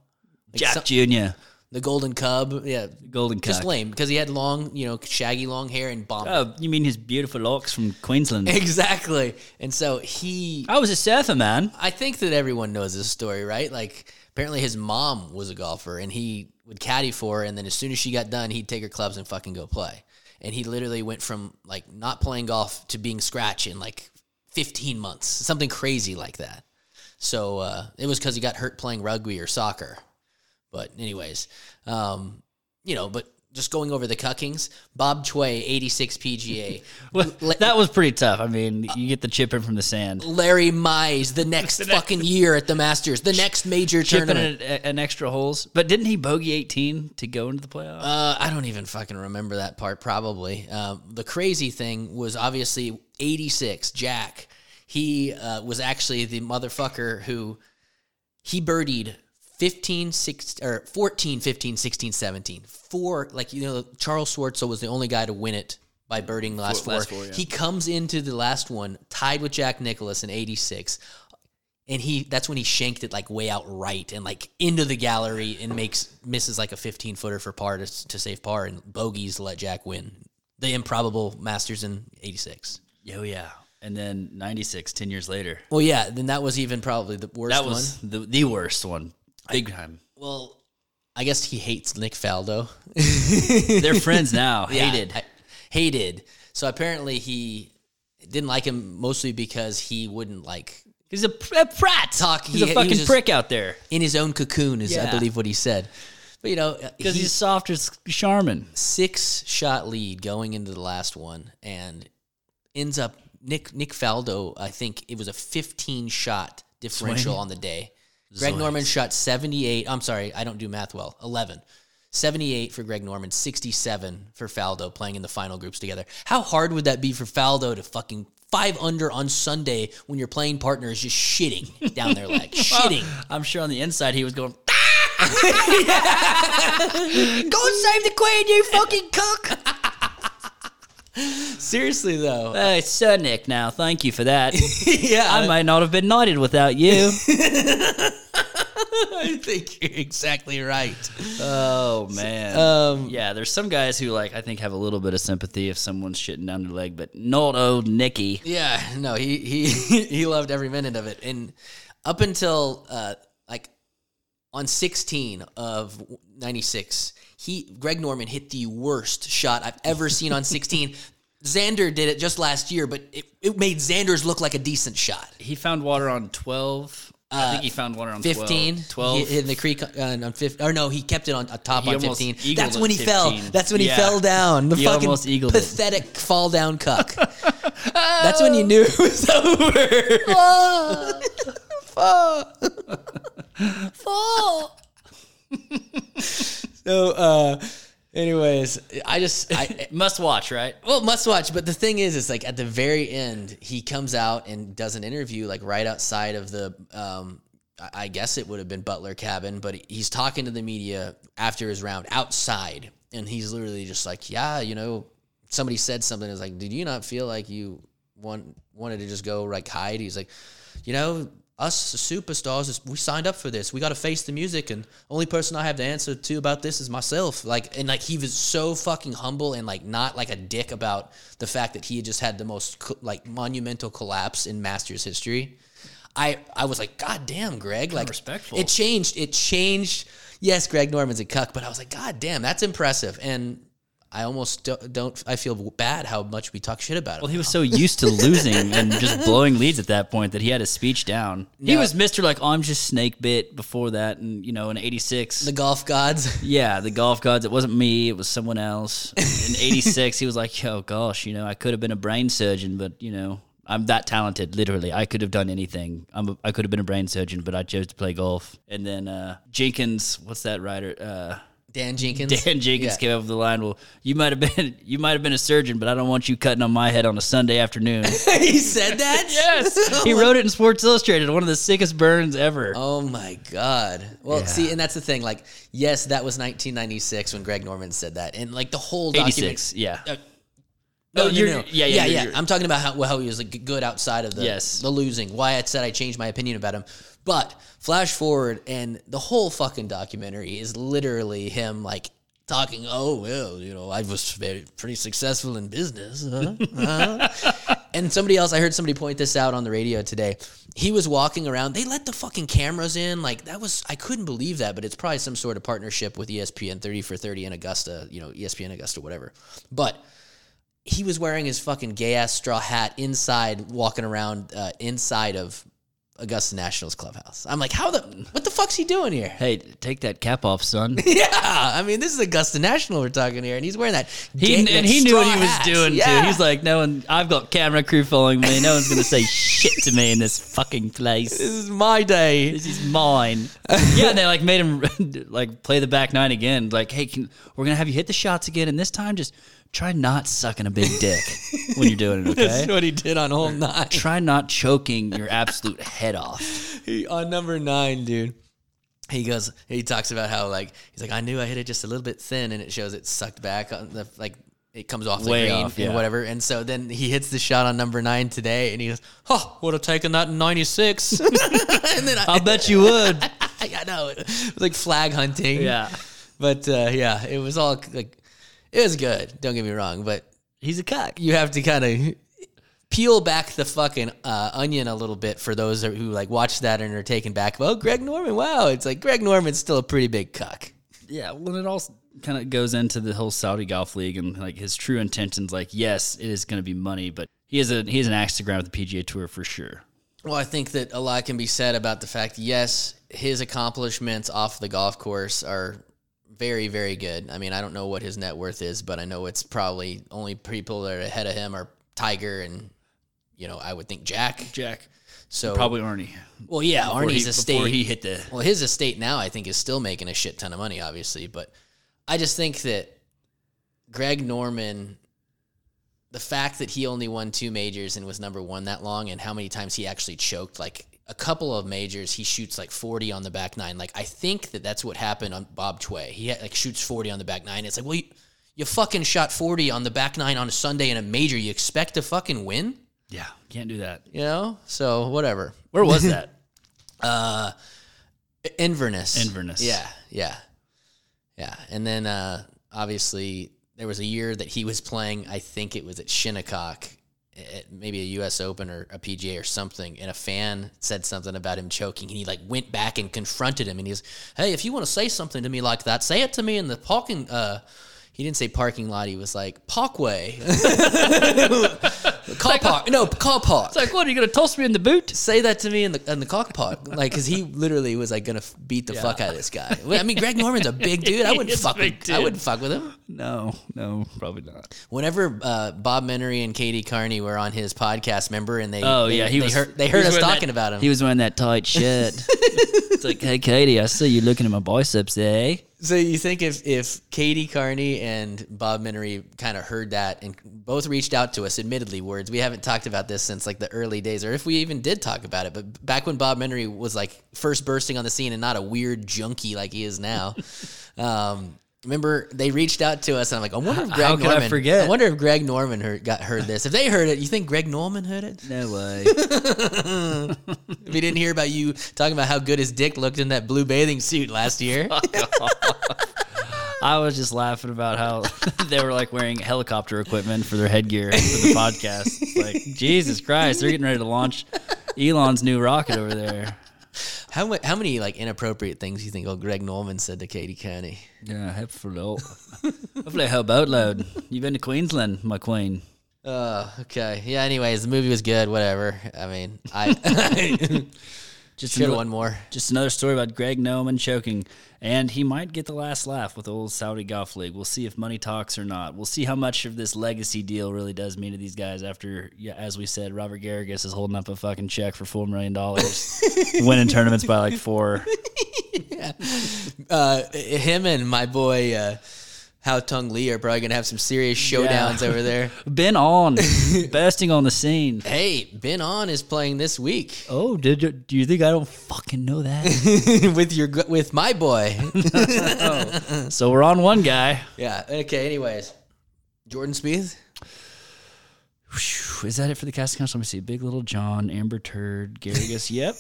[SPEAKER 7] Like
[SPEAKER 6] Jack
[SPEAKER 7] some-
[SPEAKER 6] Jr.
[SPEAKER 7] the golden cub. Yeah.
[SPEAKER 6] Golden
[SPEAKER 7] Just
[SPEAKER 6] Cock.
[SPEAKER 7] lame because he had long, you know, shaggy long hair and bomb.
[SPEAKER 6] Oh, you mean his beautiful locks from Queensland?
[SPEAKER 7] Exactly. And so he
[SPEAKER 6] I was a surfer, man.
[SPEAKER 7] I think that everyone knows this story, right? Like apparently his mom was a golfer and he would caddy for her and then as soon as she got done, he'd take her clubs and fucking go play. And he literally went from like not playing golf to being scratch in like 15 months, something crazy like that. So uh, it was because he got hurt playing rugby or soccer. But anyways, um, you know, but just going over the cuckings, Bob Chway, 86 PGA,
[SPEAKER 6] Well, that was pretty tough. I mean, you get the chip in from the sand.
[SPEAKER 7] Larry Mize the next fucking year at the Masters, the next major
[SPEAKER 6] Chipping
[SPEAKER 7] tournament.
[SPEAKER 6] an, an extra holes, but didn't he bogey eighteen to go into the playoffs?
[SPEAKER 7] Uh, I don't even fucking remember that part. Probably um, the crazy thing was obviously '86. Jack, he uh, was actually the motherfucker who he birdied 15, 16, or 14, 15, 16, 17. Four, like you know, Charles Swartzel was the only guy to win it by birding the last four.
[SPEAKER 6] last four, yeah.
[SPEAKER 7] He comes into the last one tied with Jack Nicholas in '86. and he that's when he shanked it like way out right and like into the gallery and makes misses like a 15 footer for par to, to save par and bogeys to let Jack win the improbable Masters in 86.
[SPEAKER 6] Yo, Oh, yeah. And then ninety six, ten years later,
[SPEAKER 7] Well, yeah, then that was even probably the worst
[SPEAKER 6] that was
[SPEAKER 7] one.
[SPEAKER 6] the, the worst one, big time.
[SPEAKER 7] Well, I guess he hates Nick Faldo.
[SPEAKER 6] They're friends now. Hated.
[SPEAKER 7] Yeah, I- hated. So apparently he didn't like him mostly because he wouldn't like
[SPEAKER 6] He's a, pr- a prat.
[SPEAKER 7] Talk-
[SPEAKER 6] He's
[SPEAKER 7] he-
[SPEAKER 6] a
[SPEAKER 7] he was
[SPEAKER 6] fucking
[SPEAKER 7] just-
[SPEAKER 6] prick out there
[SPEAKER 7] in his own cocoon is I
[SPEAKER 6] Yeah.
[SPEAKER 7] believe what he said. But you know,
[SPEAKER 6] because
[SPEAKER 7] he-
[SPEAKER 6] he's soft as Charmin.
[SPEAKER 7] six shot lead going into the last one and ends up Nick Nick Faldo, I think it was a 15 shot differential on the day. Greg Norman shot 78. I'm sorry, I don't do math well. 11. 78 for Greg Norman, 67 for Faldo playing in the final groups together. How hard would that be for Faldo to fucking five under on Sunday when your playing partner is just shitting down their leg? shitting.
[SPEAKER 6] I'm sure on the inside he was going.
[SPEAKER 7] Go save the queen, you fucking cook. Seriously though.
[SPEAKER 6] Hey, Sir Nick, now thank you for that.
[SPEAKER 7] yeah,
[SPEAKER 6] I might not have been knighted without you.
[SPEAKER 7] I think you're exactly right.
[SPEAKER 6] oh man.
[SPEAKER 7] Um,
[SPEAKER 6] yeah, there's some guys who like I think have a little bit of sympathy if someone's shitting down their leg, but not old Nicky.
[SPEAKER 7] yeah, no, he he he loved every minute of it, and up until uh, like on 16 of 96, he Greg Norman hit the worst shot I've ever seen on 16. Xander did it just last year, but it, it made Xander's look like a decent shot.
[SPEAKER 6] He found water on 12. I think he found water on
[SPEAKER 7] 15
[SPEAKER 6] 12.
[SPEAKER 7] He- in the creek uh, on 15 or no he kept it on uh, top
[SPEAKER 6] He
[SPEAKER 7] on
[SPEAKER 6] almost
[SPEAKER 7] 15
[SPEAKER 6] eagled
[SPEAKER 7] that's
[SPEAKER 6] at
[SPEAKER 7] when he fell
[SPEAKER 6] 15.
[SPEAKER 7] that's when
[SPEAKER 6] Yeah.
[SPEAKER 7] he fell down the
[SPEAKER 6] He
[SPEAKER 7] fucking
[SPEAKER 6] almost eagled it.
[SPEAKER 7] pathetic fall down cuck that's when you knew it was over
[SPEAKER 4] Full.
[SPEAKER 7] so uh anyways i just i
[SPEAKER 6] Must watch, right?
[SPEAKER 7] well must watch but the thing is it's like at the very end he comes out and does an interview like right outside of the um I- I guess it would have been Butler Cabin, but he's talking to the media after his round outside, and he's literally just like, "Yeah, you know, somebody said something. It's like, did you not feel like you want wanted to just go like hide?" He's like, "You know, us superstars, is- we signed up for this. We got to face the music, and only person I have to answer to about this is myself." Like, and like he was so fucking humble and like not like a dick about the fact that he had just had the most co- like monumental collapse in Masters history. I I was like, God damn, Greg. Like
[SPEAKER 6] respectful.
[SPEAKER 7] It changed. It changed. Yes, Greg Norman's a cuck, but I was like, God damn, that's impressive. And I almost do- don't. I feel bad how much we talk shit about him.
[SPEAKER 6] Well, he was so used to losing and just blowing leads at that point that he had his speech down. He
[SPEAKER 7] No.
[SPEAKER 6] was Mr. Like, oh, I'm just snake bit before that. And, you know, in 86.
[SPEAKER 7] the golf gods.
[SPEAKER 6] yeah, the golf gods. It wasn't me. It was someone else. In '86, he was like, "Oh gosh, you know, I could have been a brain surgeon, but you know, I'm that talented. Literally, I could have done anything. I'm a, I could have been a brain surgeon, but I chose to play golf. And then uh, Jenkins, what's that writer? Uh,
[SPEAKER 7] Dan Jenkins.
[SPEAKER 6] Dan Jenkins
[SPEAKER 7] Yeah.
[SPEAKER 6] came up with the line. Well, you might have been you might have been a surgeon, but I don't want you cutting on my head on a Sunday afternoon.
[SPEAKER 7] he said that.
[SPEAKER 6] yes, he wrote it in Sports Illustrated. One of the sickest burns ever.
[SPEAKER 7] Oh my God. Well, see, and that's the thing. Like, yes, that was 1996 when Greg Norman said that, and like the whole document.
[SPEAKER 6] 86. Yeah.
[SPEAKER 7] Uh,
[SPEAKER 6] No,
[SPEAKER 7] No,
[SPEAKER 6] you're-
[SPEAKER 7] you're, no, no.
[SPEAKER 6] yeah, yeah,
[SPEAKER 7] yeah,
[SPEAKER 6] you're-
[SPEAKER 7] yeah.
[SPEAKER 6] you're-
[SPEAKER 7] I'm talking about how, how he was like good outside of the
[SPEAKER 6] Yes.
[SPEAKER 7] the losing. Why I said I changed my opinion about him. But flash forward, and the whole fucking documentary is literally him like talking. Oh well, you know, I was very, pretty successful in business. Huh? Huh?" and somebody else, I heard somebody point this out on the radio today. He was walking around. They let the fucking cameras in. Like that was, I couldn't believe that. But it's probably some sort of partnership with E ESPN 30 for 30 in Augusta. You know, E ESPN Augusta, whatever. But he was wearing his fucking gay ass straw hat inside, walking around uh, inside of Augusta Nationals clubhouse. I'm like, how the what the fuck's he doing here?
[SPEAKER 6] Hey, take that cap off, son.
[SPEAKER 7] Yeah, I mean, this is Augusta National we're talking here, and he's wearing that.
[SPEAKER 6] He,
[SPEAKER 7] gay-
[SPEAKER 6] and
[SPEAKER 7] that
[SPEAKER 6] he knew
[SPEAKER 7] straw
[SPEAKER 6] what he was
[SPEAKER 7] hat.
[SPEAKER 6] doing
[SPEAKER 7] Yeah.
[SPEAKER 6] too. He's like, no one. I've got camera crew following me. No one's gonna say shit to me in this fucking
[SPEAKER 7] this
[SPEAKER 6] place.
[SPEAKER 7] is my day.
[SPEAKER 6] This is mine. yeah, and they like made him like play the back nine again. Like, hey, can, we're gonna have you hit the shots again, and this time just try not sucking a big dick when you're doing it.
[SPEAKER 7] That's
[SPEAKER 6] Okay,
[SPEAKER 7] what he did on hole nine.
[SPEAKER 6] try not choking your absolute head off.
[SPEAKER 7] He- on number nine, dude. He goes. He talks about how like he's like I knew I hit it just a little bit thin, and it shows it sucked back on the like it comes off the
[SPEAKER 6] Way
[SPEAKER 7] green
[SPEAKER 6] off, yeah.
[SPEAKER 7] and whatever. And so then he hits the shot on number nine today, and he goes, "Oh, would have taken that in '96." and then I,
[SPEAKER 6] I'll bet you would.
[SPEAKER 7] I, I know it was like flag hunting.
[SPEAKER 6] Yeah,
[SPEAKER 7] but uh, yeah, it was all like it was good. Don't get me wrong, but
[SPEAKER 6] he's a cock.
[SPEAKER 7] you have to kind of peel back the fucking uh, onion a little bit for those who like watch that and are taken back. Oh, Greg Norman! Wow, it's like Greg Norman's still a pretty big cuck.
[SPEAKER 6] Yeah, well, it all kind of goes into the whole Saudi Golf League and like his true intentions. Like, yes, it is going to be money, but he is a he is an axe to grind with the PGA Tour for sure.
[SPEAKER 7] Well, I think that a lot can be said about the fact. Yes, his accomplishments off the golf course are very, very good. I mean, I don't know what his net worth is, but I know it's probably only people that are ahead of him are Tiger and you know I would think Jack.
[SPEAKER 6] Jack,
[SPEAKER 7] So
[SPEAKER 6] Oh. probably Arnie.
[SPEAKER 7] Well, yeah,
[SPEAKER 6] Before
[SPEAKER 7] Arnie's
[SPEAKER 6] he-
[SPEAKER 7] estate.
[SPEAKER 6] before he hit the-
[SPEAKER 7] Well, his estate now I think is still making a shit ton of money, obviously. But I just think that Greg Norman, the fact that he only won two majors and was number one that long, and how many times he actually choked, like a couple of majors, he shoots like forty on the back nine. Like I think that that's what happened on Bob Tway. He had, like shoots forty on the back nine. It's like, well, you, you fucking shot forty on the back nine on a Sunday in a major. You expect to fucking win,
[SPEAKER 6] Yeah, can't do that.
[SPEAKER 7] you know? So whatever.
[SPEAKER 6] Where was that?
[SPEAKER 7] Inverness.
[SPEAKER 6] Inverness.
[SPEAKER 7] Yeah, yeah, yeah. And then uh, obviously there was a year that he was playing. I think it was at Shinnecock, at maybe a U.S. Open or a PGA or something. And a fan said something about him choking, and he like went back and confronted him. And he's, "Hey, if you want to say something to me like that, say it to me in the parking." Uh, he didn't say parking lot. He was like parkway. car park. No, car park
[SPEAKER 6] Like, what are you going to toss me in the boot?
[SPEAKER 7] say that to me in the in the cockpot, like because he literally was like gonna f- beat the fuck out of this guy. Well, I mean, Greg Norman's a big dude. I
[SPEAKER 6] He
[SPEAKER 7] wouldn't
[SPEAKER 6] is a
[SPEAKER 7] fuck.
[SPEAKER 6] big
[SPEAKER 7] With, I
[SPEAKER 6] dude.
[SPEAKER 7] wouldn't fuck with him.
[SPEAKER 6] No, no, probably not.
[SPEAKER 7] Whenever uh, Bob Menery and Katie Carney were on his podcast, member, and they
[SPEAKER 6] Oh
[SPEAKER 7] they-
[SPEAKER 6] yeah, he
[SPEAKER 7] they
[SPEAKER 6] was.
[SPEAKER 7] heard, they
[SPEAKER 6] he
[SPEAKER 7] heard
[SPEAKER 6] was
[SPEAKER 7] us
[SPEAKER 6] wearing
[SPEAKER 7] talking
[SPEAKER 6] that-
[SPEAKER 7] about him.
[SPEAKER 6] He was wearing that tight shirt. it's like, hey, Katie, I see you looking at my biceps there. eh?"
[SPEAKER 7] so you think if if Katie Carney and Bob Menery kind of heard that and both reached out to us, admittedly words we haven't talked about this since like the early days, or if we even did talk about it, but back when Bob Menery was like first bursting on the scene and not a weird junkie like he is now. um, remember they reached out to us and I'm like, I wonder if Greg
[SPEAKER 6] How could I
[SPEAKER 7] Norman
[SPEAKER 6] forget?
[SPEAKER 7] I wonder if Greg Norman heard, got heard this. If they heard it, you think Greg Norman heard it?
[SPEAKER 6] No way.
[SPEAKER 7] If he didn't hear about you talking about how good his dick looked in that blue bathing suit last year.
[SPEAKER 6] I was just laughing about how they were like wearing helicopter equipment for their headgear for the podcast. It's like, Jesus Christ, they're getting ready to launch Elon's new rocket over there.
[SPEAKER 7] How mu- how many like inappropriate things you think old Greg Norman said to Katie Kearney?
[SPEAKER 6] Yeah, hopefully, hopefully, her boatload. You've been to Queensland, my queen.
[SPEAKER 7] Uh, Oh, okay. Yeah. Anyways, the movie was good. Whatever. I mean, I
[SPEAKER 6] Just
[SPEAKER 7] Should have
[SPEAKER 6] another-
[SPEAKER 7] won more.
[SPEAKER 6] Just another story about Greg Noman choking, and he might get the last laugh with the old Saudi Golf League. We'll see if money talks or not. We'll see how much of this legacy deal really does mean to these guys. After, yeah, as we said, Robert Garrigus is holding up a fucking check for four million dollars, winning tournaments by like four.
[SPEAKER 7] Uh, him and my boy uh, Hao Tung Lee are probably gonna have some serious showdowns over there.
[SPEAKER 6] Been on, besting on the scene.
[SPEAKER 7] Hey, Ben On is playing this week
[SPEAKER 6] Oh, did you, do you think I don't fucking know that?
[SPEAKER 7] with your gu- with my boy.
[SPEAKER 6] so we're on one guy.
[SPEAKER 7] yeah. Okay. Anyways, Jordan Spieth.
[SPEAKER 6] Is that it for the casting couch? Let me see. Big Little John, Amber Turd, Garrigus. yep.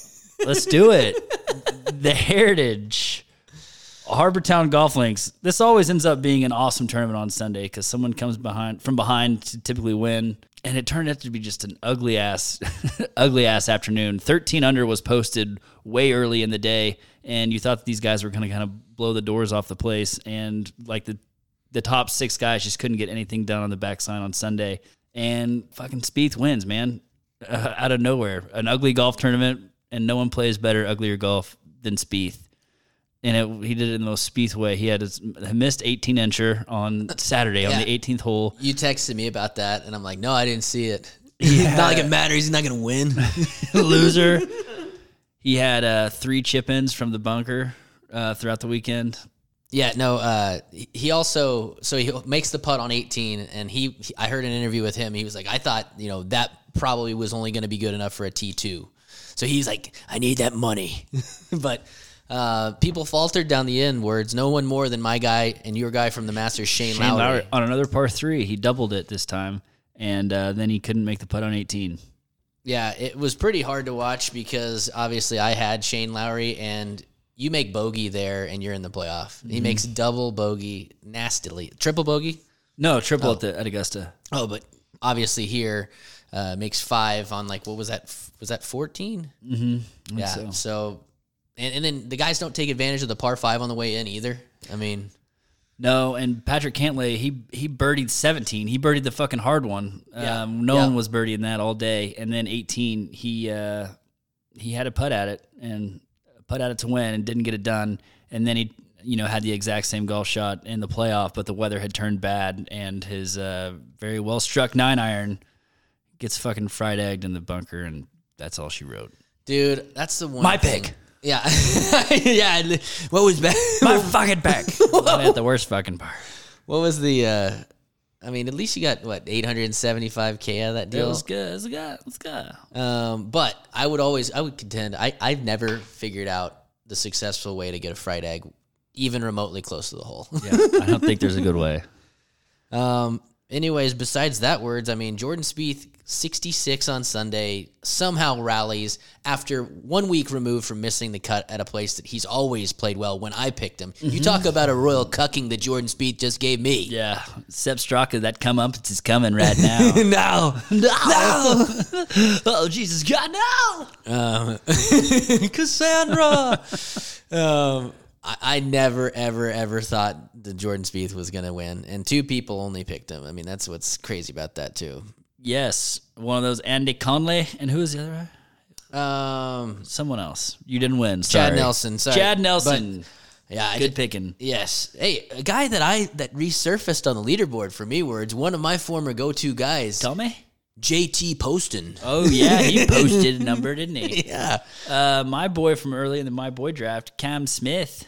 [SPEAKER 6] Let's do it. the Heritage. Harbortown Golf Links. This always ends up being an awesome tournament on Sunday because someone comes behind from behind to typically win, and it turned out to be just an ugly ass, ugly ass afternoon. Thirteen under was posted way early in the day, and you thought that these guys were going to kind of blow the doors off the place, and like the the top six guys just couldn't get anything done on the backside on Sunday, and fucking Spieth wins, man, uh, out of nowhere. An ugly golf tournament, and no one plays better, uglier golf than Spieth and it, he did it in the most Spieth way. He had his he missed 18 incher on Saturday on
[SPEAKER 7] Yeah.
[SPEAKER 6] the 18th hole.
[SPEAKER 7] You texted me about that, and I'm like, no, I didn't see it. not like it matters. He's not gonna win.
[SPEAKER 6] Loser. he had uh, three chip ins from the bunker uh, throughout the weekend.
[SPEAKER 7] Yeah, no. Uh, he- he also so he makes the putt on 18, and he, he- I heard an interview with him. He was like, I thought you know that probably was only going to be good enough for a T2. So he's like, I need that money, but. Uh, people faltered down the end words. No one more than my guy and your guy from the Masters, Shane,
[SPEAKER 6] Shane
[SPEAKER 7] Lowry.
[SPEAKER 6] Lowry on another par three. He doubled it this time, and uh, then he couldn't make the putt on 18.
[SPEAKER 7] Yeah, it was pretty hard to watch because obviously I had Shane Lowry and you make bogey there and you're in the playoff. He makes double bogey nastily. Triple bogey?
[SPEAKER 6] No, triple at, the, at Augusta.
[SPEAKER 7] Oh, but obviously here uh, makes five on like what was that? F- Was that fourteen? Mm-hmm. Yeah. So,
[SPEAKER 6] so.
[SPEAKER 7] and, and then the guys don't take advantage of the par five on the way in either. I mean,
[SPEAKER 6] No, and Patrick Cantlay, he he birdied 17. He birdied the fucking hard one.
[SPEAKER 7] Yeah.
[SPEAKER 6] Um, no
[SPEAKER 7] Yeah.
[SPEAKER 6] one was birdieing that all day. And then 18, he uh, he had a putt at it and putt at it to win and didn't get it done. And then he you know had the exact same golf shot in the playoff, but the weather had turned bad and his uh, very well struck nine iron gets fucking fried egged in the bunker, and that's all she wrote.
[SPEAKER 7] dude, that's the one.
[SPEAKER 6] My
[SPEAKER 7] thing-
[SPEAKER 6] pick.
[SPEAKER 7] Yeah, yeah. and What was bad?
[SPEAKER 6] My fucking back. at the worst fucking part.
[SPEAKER 7] What was the? uh I mean, at least you got what eight hundred and seventy-five k out of that
[SPEAKER 6] It
[SPEAKER 7] deal.
[SPEAKER 6] was good. It was good. It was good.
[SPEAKER 7] Um, but I would always, I would contend, I, I've never figured out the successful way to get a fried egg, even remotely close to the hole.
[SPEAKER 6] Yeah, I don't think there's a good way.
[SPEAKER 7] Um, anyways, besides that words, I mean, Jordan Spieth, 66 on Sunday, somehow rallies after one week removed from missing the cut at a place that he's always played well when I picked him. You talk about a royal cucking that Jordan Spieth just gave me.
[SPEAKER 6] Mm-hmm. Yeah, Seb Straka, that come up is coming right now.
[SPEAKER 7] No.
[SPEAKER 6] no, oh Jesus God, no!
[SPEAKER 7] Um, Cassandra. um, I, I never, ever, ever thought that Jordan Spieth was going to win, and two people only picked him. I mean, that's what's crazy about that too.
[SPEAKER 6] Yes, one of those Andy Conley, and who is the other? guy?
[SPEAKER 7] Um,
[SPEAKER 6] Someone else. You didn't win. Sorry.
[SPEAKER 7] Chad Nelson. Sorry.
[SPEAKER 6] Chad Nelson.
[SPEAKER 7] Yeah, I
[SPEAKER 6] Good
[SPEAKER 7] ju-
[SPEAKER 6] picking.
[SPEAKER 7] Yes. Hey, a guy that I that resurfaced on the leaderboard for me words one of my former go to guys,
[SPEAKER 6] Tommy.
[SPEAKER 7] JT Poston.
[SPEAKER 6] Oh yeah, he posted a number, didn't he?
[SPEAKER 7] Yeah.
[SPEAKER 6] Uh, my boy from early in the my boy draft, Cam Smith,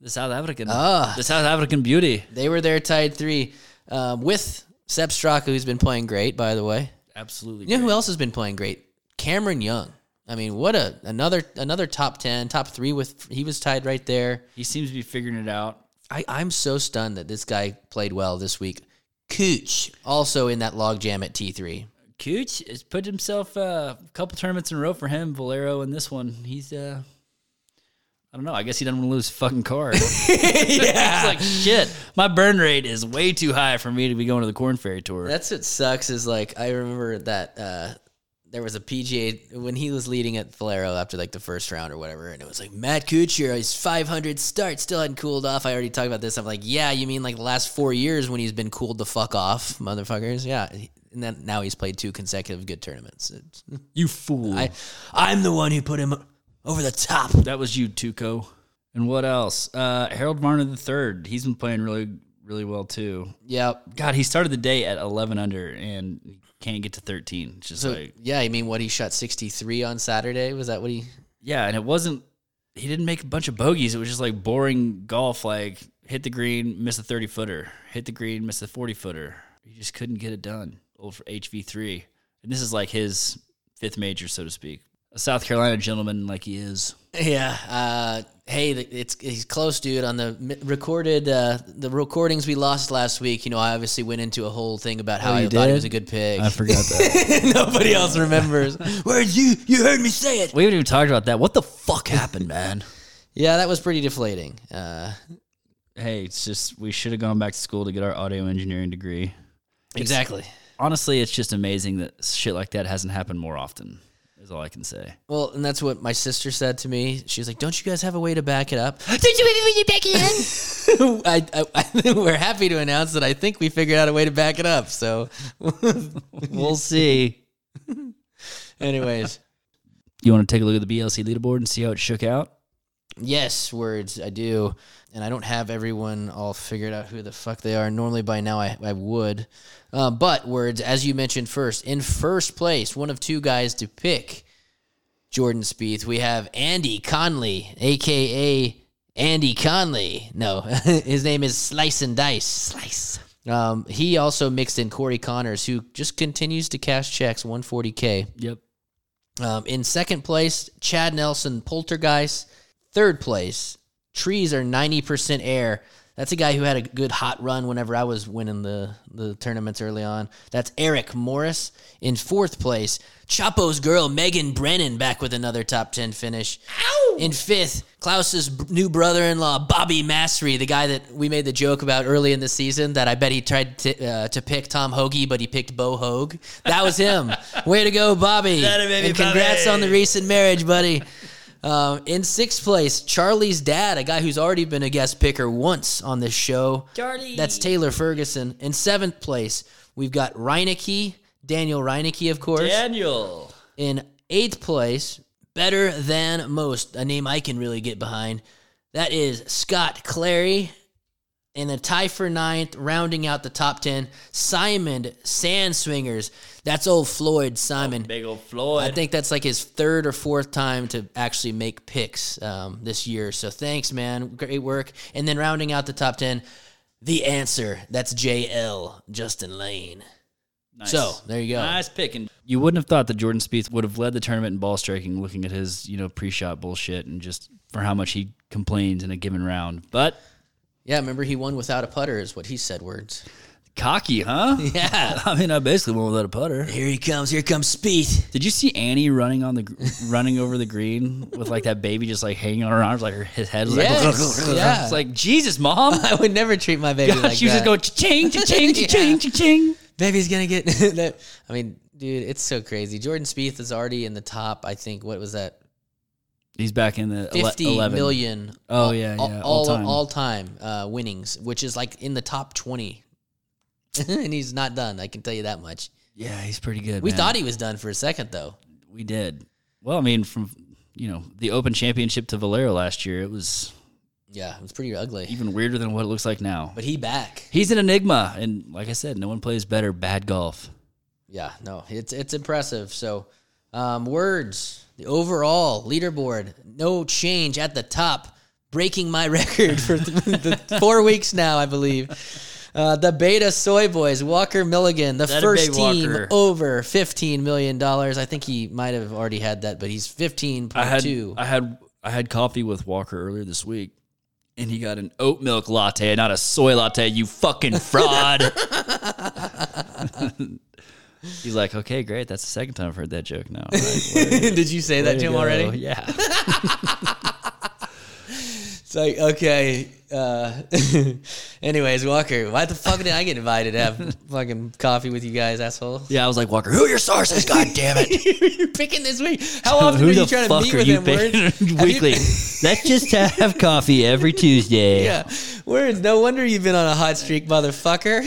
[SPEAKER 6] the South African,
[SPEAKER 7] Ah.
[SPEAKER 6] the South African beauty.
[SPEAKER 7] They were there tied three um, with Seb Straka, who's been playing great, by the way.
[SPEAKER 6] Absolutely.
[SPEAKER 7] You know who else has been playing great? Cameron Young. I mean, what a another another top ten, top three with he was tied right there.
[SPEAKER 6] He seems to be figuring it out.
[SPEAKER 7] I, I'm so stunned that this guy played well this week. Cooch also in that log jam at T three.
[SPEAKER 6] Cooch has put himself uh, a couple tournaments in a row for him. Valero and this one, he's uh, I don't know. I guess he doesn't want to lose his fucking car. He's like shit. My burn rate is way too high for me to be going to the Corn Ferry Tour.
[SPEAKER 7] That's what sucks is like I remember that uh there was a PGA when he was leading at Valero after like the first round or whatever, and it was like Matt Kuchar, his 500 start still hadn't cooled off. I already talked about this. I'm like, yeah, you mean like the last four years when he's been cooled the fuck off, motherfuckers? Yeah, and then now he's played two consecutive good tournaments. It's,
[SPEAKER 6] You fool.
[SPEAKER 7] I, I'm the one who put him over the top.
[SPEAKER 6] that was you, Tuco. And what else? Uh, Harold Varner III. He's been playing really, really well too.
[SPEAKER 7] Yep.
[SPEAKER 6] God, he started the day at 11 under and he can't get to 13. It's just
[SPEAKER 7] So
[SPEAKER 6] like,
[SPEAKER 7] yeah, I mean, what he shot 63 on Saturday was that what he?
[SPEAKER 6] yeah. And it wasn't, he didn't make a bunch of bogeys. It was just like boring golf, like hit the green, miss a 30 footer, hit the green, miss a 40 footer. He just couldn't get it done. Old for HV3. And this is like his fifth major, so to speak. A South Carolina gentleman like he is.
[SPEAKER 7] Yeah. Uh, hey, th- it's he's close, dude. On the mi- recorded uh, the recordings we lost last week, you know, I obviously went into a whole thing about how I
[SPEAKER 6] you
[SPEAKER 7] thought he
[SPEAKER 6] did?
[SPEAKER 7] was a good pick.
[SPEAKER 6] forgot that.
[SPEAKER 7] Nobody else remembers. Where's you? You heard me say it.
[SPEAKER 6] we haven't even talked about that. What the fuck happened, man?
[SPEAKER 7] Yeah, that was pretty deflating. Uh,
[SPEAKER 6] hey, it's just we should have gone back to school to get our audio engineering degree.
[SPEAKER 7] exactly.
[SPEAKER 6] Honestly, it's just amazing that shit like that hasn't happened more often. Is all I can say.
[SPEAKER 7] Well, and that's what my sister said to me. She was like, "Don't you guys have a way to back it up?" Don't you have a way to back it up? I, I, we're happy to announce that I think we figured out a way to back it up. So,
[SPEAKER 6] We'll see.
[SPEAKER 7] anyways,
[SPEAKER 6] You want to take a look at the BLC leaderboard and see how it shook out?
[SPEAKER 7] yes, words I do, and I don't have everyone all figured out who the fuck they are. Normally by now I, I would, uh, but words as you mentioned first in first place, one of two guys to pick. Jordan Spieth. We have Andy Conley, aka Andy Conley. No, his name is Slice and Dice. Slice. Um, he also mixed in Corey Connors, who just continues to cash checks 140k.
[SPEAKER 6] Yep.
[SPEAKER 7] Um, in second place, Chad Nelson, Poltergeist. Third place, Trees are 90% air. That's a guy who had a good hot run whenever I was winning the, the tournaments early on. That's Eric Morris. In fourth place, Chapo's girl, Megan Brennan, back with another top 10 finish. In fifth, Klaus's b- new brother in law, Bobby Massery, the guy that we made the joke about early in the season that I bet he tried to, uh, to pick Tom Hoagie, but he picked Bo Hogue. That was him. Way to go, Bobby. and congrats on the recent marriage, buddy. Um, in sixth place, Charlie's dad, a guy who's already been a guest picker once on this show. Charlie. That's Taylor Ferguson. In seventh place, we've got Reineke, Daniel Reineke, of course.
[SPEAKER 6] Daniel.
[SPEAKER 7] In eighth place, better than most, a name I can really get behind. That is Scott Clary. And the tie for ninth, rounding out the top ten, Simon Sandswingers. That's old Floyd Simon.
[SPEAKER 6] Oh, Big old Floyd.
[SPEAKER 7] I think that's like his third or fourth time to actually make picks um, this year. So thanks, man. Great work. And then rounding out the top 10, the answer. That's JL, Justin Lane.
[SPEAKER 6] Nice.
[SPEAKER 7] So there you go.
[SPEAKER 6] Nice picking. You wouldn't have thought that Jordan Spieth would have led the tournament in ball striking, looking at his you know pre-shot bullshit and just for how much he complains in a given round. But
[SPEAKER 7] Yeah, remember he won without a putter, is what he said words.
[SPEAKER 6] cocky, huh?
[SPEAKER 7] Yeah.
[SPEAKER 6] I mean, I basically won without a putter.
[SPEAKER 7] Here he comes. Here comes Speeth.
[SPEAKER 6] Did you see Annie running on the gr- running over the green with like that baby just like hanging on her arms, like her his head was
[SPEAKER 7] Yes,
[SPEAKER 6] like,
[SPEAKER 7] yeah.
[SPEAKER 6] it's like Jesus, mom.
[SPEAKER 7] I would never treat my baby like
[SPEAKER 6] she was just
[SPEAKER 7] that.
[SPEAKER 6] going ching ching ching
[SPEAKER 7] Yeah.
[SPEAKER 6] ching ching ching.
[SPEAKER 7] Baby's gonna get that. I mean, dude, it's so crazy. Jordan Spieth is already in the top. I think what was that?
[SPEAKER 6] He's back in the ele-
[SPEAKER 7] Fifty million.
[SPEAKER 6] 11. Oh, yeah,
[SPEAKER 7] all,
[SPEAKER 6] yeah,
[SPEAKER 7] all
[SPEAKER 6] all
[SPEAKER 7] all time,
[SPEAKER 6] time.
[SPEAKER 7] uh, winnings, which is like in the top twenty, and he's not done. I can tell you that much.
[SPEAKER 6] Yeah, he's pretty good.
[SPEAKER 7] We
[SPEAKER 6] man.
[SPEAKER 7] thought he was done for a second, though.
[SPEAKER 6] we did. Well, I mean, from you know the Open Championship to Valero last year, it was
[SPEAKER 7] Yeah, it was pretty ugly,
[SPEAKER 6] even weirder than what it looks like now.
[SPEAKER 7] but he back.
[SPEAKER 6] He's an enigma, and like I said, no one plays better bad golf.
[SPEAKER 7] Yeah, no, it's it's impressive. So, um, words the overall leaderboard, no change at the top, breaking my record for th- the four weeks now, I believe. Uh, the Beta Soy Boys, Walker Milligan, the
[SPEAKER 6] That a
[SPEAKER 7] first
[SPEAKER 6] big
[SPEAKER 7] team
[SPEAKER 6] Walker.
[SPEAKER 7] over fifteen million dollars. I think he might have already had that, but he's fifteen
[SPEAKER 6] I
[SPEAKER 7] point
[SPEAKER 6] had
[SPEAKER 7] two.
[SPEAKER 6] I had I had coffee with Walker earlier this week, and he got an oat milk latte, not a soy latte. You fucking fraud! He's like, okay, great. That's the second time I've heard that joke now. All right, way to
[SPEAKER 7] Did you say that to him
[SPEAKER 6] go.
[SPEAKER 7] already?
[SPEAKER 6] Yeah.
[SPEAKER 7] It's like okay. Uh, anyways, Walker, why the fuck did I get invited to have fucking coffee with you guys, asshole?
[SPEAKER 6] Yeah, I was like, Walker, who are your sources? God damn it.
[SPEAKER 7] you're picking this week. How often are you trying to meet with him? Words? Have you-
[SPEAKER 6] Let's just have coffee every Tuesday.
[SPEAKER 7] yeah. Words. No wonder you've been on a hot streak, motherfucker.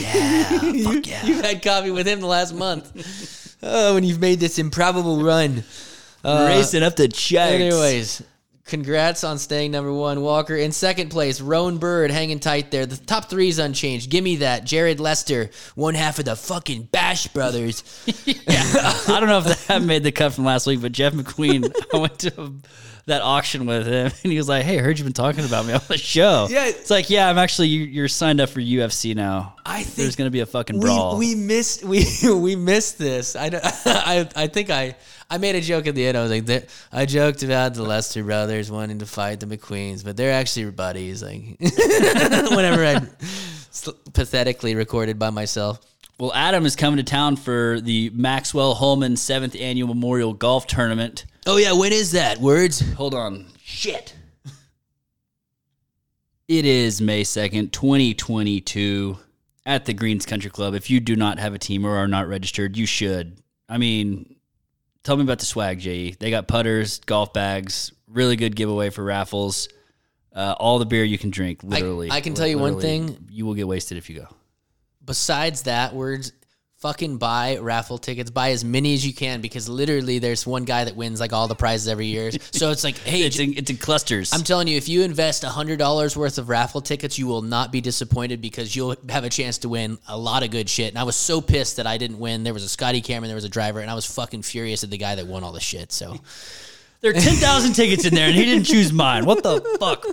[SPEAKER 7] you, have had coffee with him the last month. oh, and you've made this improbable run. Uh,
[SPEAKER 6] Racing up the charts.
[SPEAKER 7] Anyways, congrats on staying number one, Walker. In second place, Roan Bird hanging tight there. The top three is unchanged. Give me that. Jared Lester, one half of the fucking Bash Brothers.
[SPEAKER 6] I don't know if that made the cut from last week, but Jeff McQueen, I went to that auction with him, and he was like, "Hey, I heard you've been talking about me on the show."
[SPEAKER 7] Yeah.
[SPEAKER 6] it's like, yeah, I'm actually you, you're signed up for UFC now.
[SPEAKER 7] I think
[SPEAKER 6] There's gonna be a fucking brawl.
[SPEAKER 7] we, we missed we we missed this. I, don't- I I think I I made a joke at the end. I was like, "They're- I joked about the Lester brothers wanting to fight the McQueens, but they're actually buddies. Like whenever I sl- pathetically recorded by myself.
[SPEAKER 6] well, Adam is coming to town for the Maxwell Holman seventh annual Memorial Golf Tournament.
[SPEAKER 7] Oh yeah, when is that? Words.
[SPEAKER 6] Hold on, shit. It is May second, twenty twenty two, at the Greens Country Club. If you do not have a team or are not registered, you should. I mean, tell me about the swag, JE. They got putters, golf bags, really good giveaway for raffles. Uh, all the beer you can drink, literally.
[SPEAKER 7] I can tell you one
[SPEAKER 6] Literally.
[SPEAKER 7] thing.
[SPEAKER 6] You will get wasted if you go.
[SPEAKER 7] Besides that, words. Fucking buy raffle tickets. Buy as many as you can because literally there's one guy that wins like all the prizes every year. So it's like, hey,
[SPEAKER 6] It's in, it's in clusters.
[SPEAKER 7] I'm telling you, if you invest $100 worth of raffle tickets, you will not be disappointed because you'll have a chance to win a lot of good shit. And I was so pissed that I didn't win. There was a Scotty Cameron, there was a driver, and I was fucking furious at the guy that won all the shit. So
[SPEAKER 6] there are 10,000 tickets in there, and he didn't choose mine. What the fuck?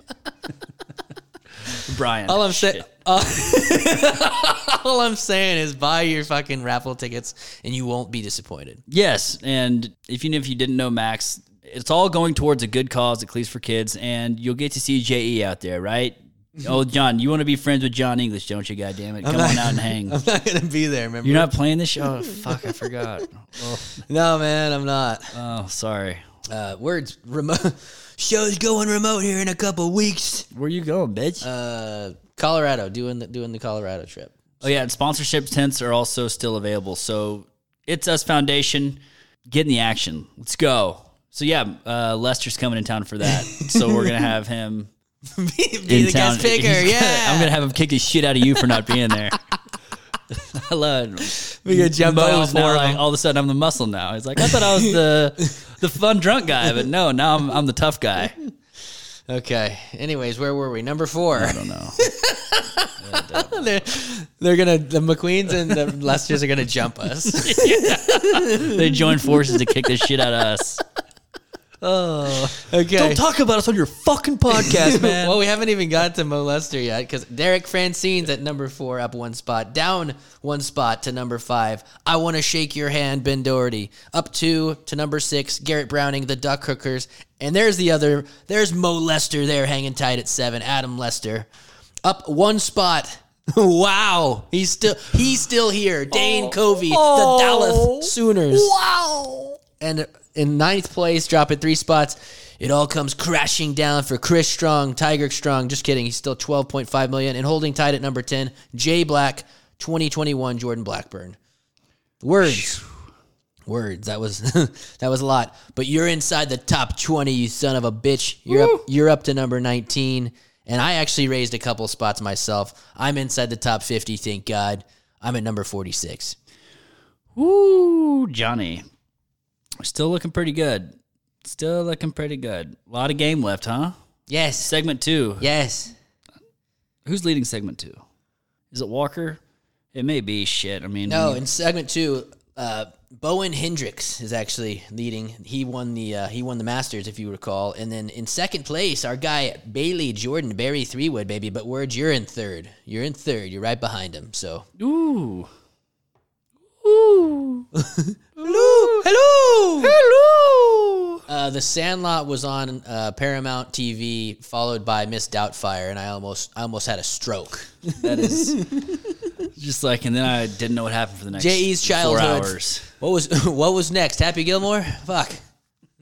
[SPEAKER 6] Brian.
[SPEAKER 7] all I'm saying. all I'm saying is buy your fucking raffle tickets and you won't be disappointed.
[SPEAKER 6] Yes, and if you if you didn't know Max, it's all going towards a good cause at Cleats for Kids, and you'll get to see Je out there, right? oh, John, you want to be friends with John English, don't you? God damn it, come on out and hang.
[SPEAKER 7] I'm not gonna be there, remember?
[SPEAKER 6] You're not playing this show. Oh, fuck, I forgot. Oh,
[SPEAKER 7] no, man, I'm not.
[SPEAKER 6] oh, sorry.
[SPEAKER 7] Uh, words remote show's going remote here in a couple weeks.
[SPEAKER 6] Where you going, bitch?
[SPEAKER 7] Uh, Colorado doing the doing the Colorado trip.
[SPEAKER 6] Oh yeah, and sponsorship tents are also still available. So it's us foundation. Get in the action. Let's go. So yeah, uh, Lester's coming in town for that. so we're gonna have him
[SPEAKER 7] be be the guest picker.
[SPEAKER 6] He's
[SPEAKER 7] yeah,
[SPEAKER 6] gonna- I'm gonna have him kick the shit out of you for not being there. I love it.
[SPEAKER 7] We could jump
[SPEAKER 6] Mo's
[SPEAKER 7] all
[SPEAKER 6] now
[SPEAKER 7] four of
[SPEAKER 6] like,
[SPEAKER 7] them.
[SPEAKER 6] all of a sudden I'm the muscle now. He's like, I thought I was the the fun drunk guy, but no, now I'm I'm the tough guy.
[SPEAKER 7] Okay. Anyways, where were we? Number four.
[SPEAKER 6] oh. I don't know.
[SPEAKER 7] they're, they're gonna the McQueens and the Lesters are gonna jump us.
[SPEAKER 6] They joined forces to kick the shit out of us.
[SPEAKER 7] Okay.
[SPEAKER 6] Don't talk about us on your fucking podcast, man.
[SPEAKER 7] Well, we haven't even got to Molester yet because Derek Francine's at number four, up one spot, down one spot to number five. I want to shake your hand, Ben Doherty. Up two to number six, Garrett Browning, the Duck Hookers, and there's the other. There's Mo Lester there, hanging tight at seven. Adam Lester, up one spot. wow, he's still he's still here. Dane
[SPEAKER 6] Oh.
[SPEAKER 7] Covey, the Dallas Sooners. Wow. And in ninth place, dropping three spots. It all comes crashing down for Chris Strong, Tiger Strong. Just kidding. He's still 12.5 million and holding tight at number 10. Jay Black, 2021 Jordan Blackburn. Words. Words. That was that was a lot. But you're inside the top 20, you son of a bitch. You're up you're up to number 19. And I actually raised a couple spots myself. I'm inside the top 50, thank God. I'm at number 46.
[SPEAKER 6] Woo, Johnny. Still looking pretty good. Still looking pretty good. A lot of game left, huh?
[SPEAKER 7] Yes.
[SPEAKER 6] Segment two.
[SPEAKER 7] Yes.
[SPEAKER 6] Who's leading segment two? Is it Walker? It may be shit. I mean,
[SPEAKER 7] No,
[SPEAKER 6] we-
[SPEAKER 7] in segment two, uh, Bowen Hendricks is actually leading. He won the uh, he won the Masters, if you recall, and then in second place, our guy Bailey Jordan Barry Three Wood, baby. But words, you're in third. You're in third. You're right behind him. So
[SPEAKER 6] ooh,
[SPEAKER 7] hello, hello, hello. Uh, the Sandlot was on uh, Paramount TV, followed by Miss Doubtfire, and I almost I almost had a stroke.
[SPEAKER 6] that is just like, and then I didn't know what happened for the next
[SPEAKER 7] J.E.'s
[SPEAKER 6] four
[SPEAKER 7] childhood.
[SPEAKER 6] hours.
[SPEAKER 7] What was what was next? Happy Gilmore? Fuck.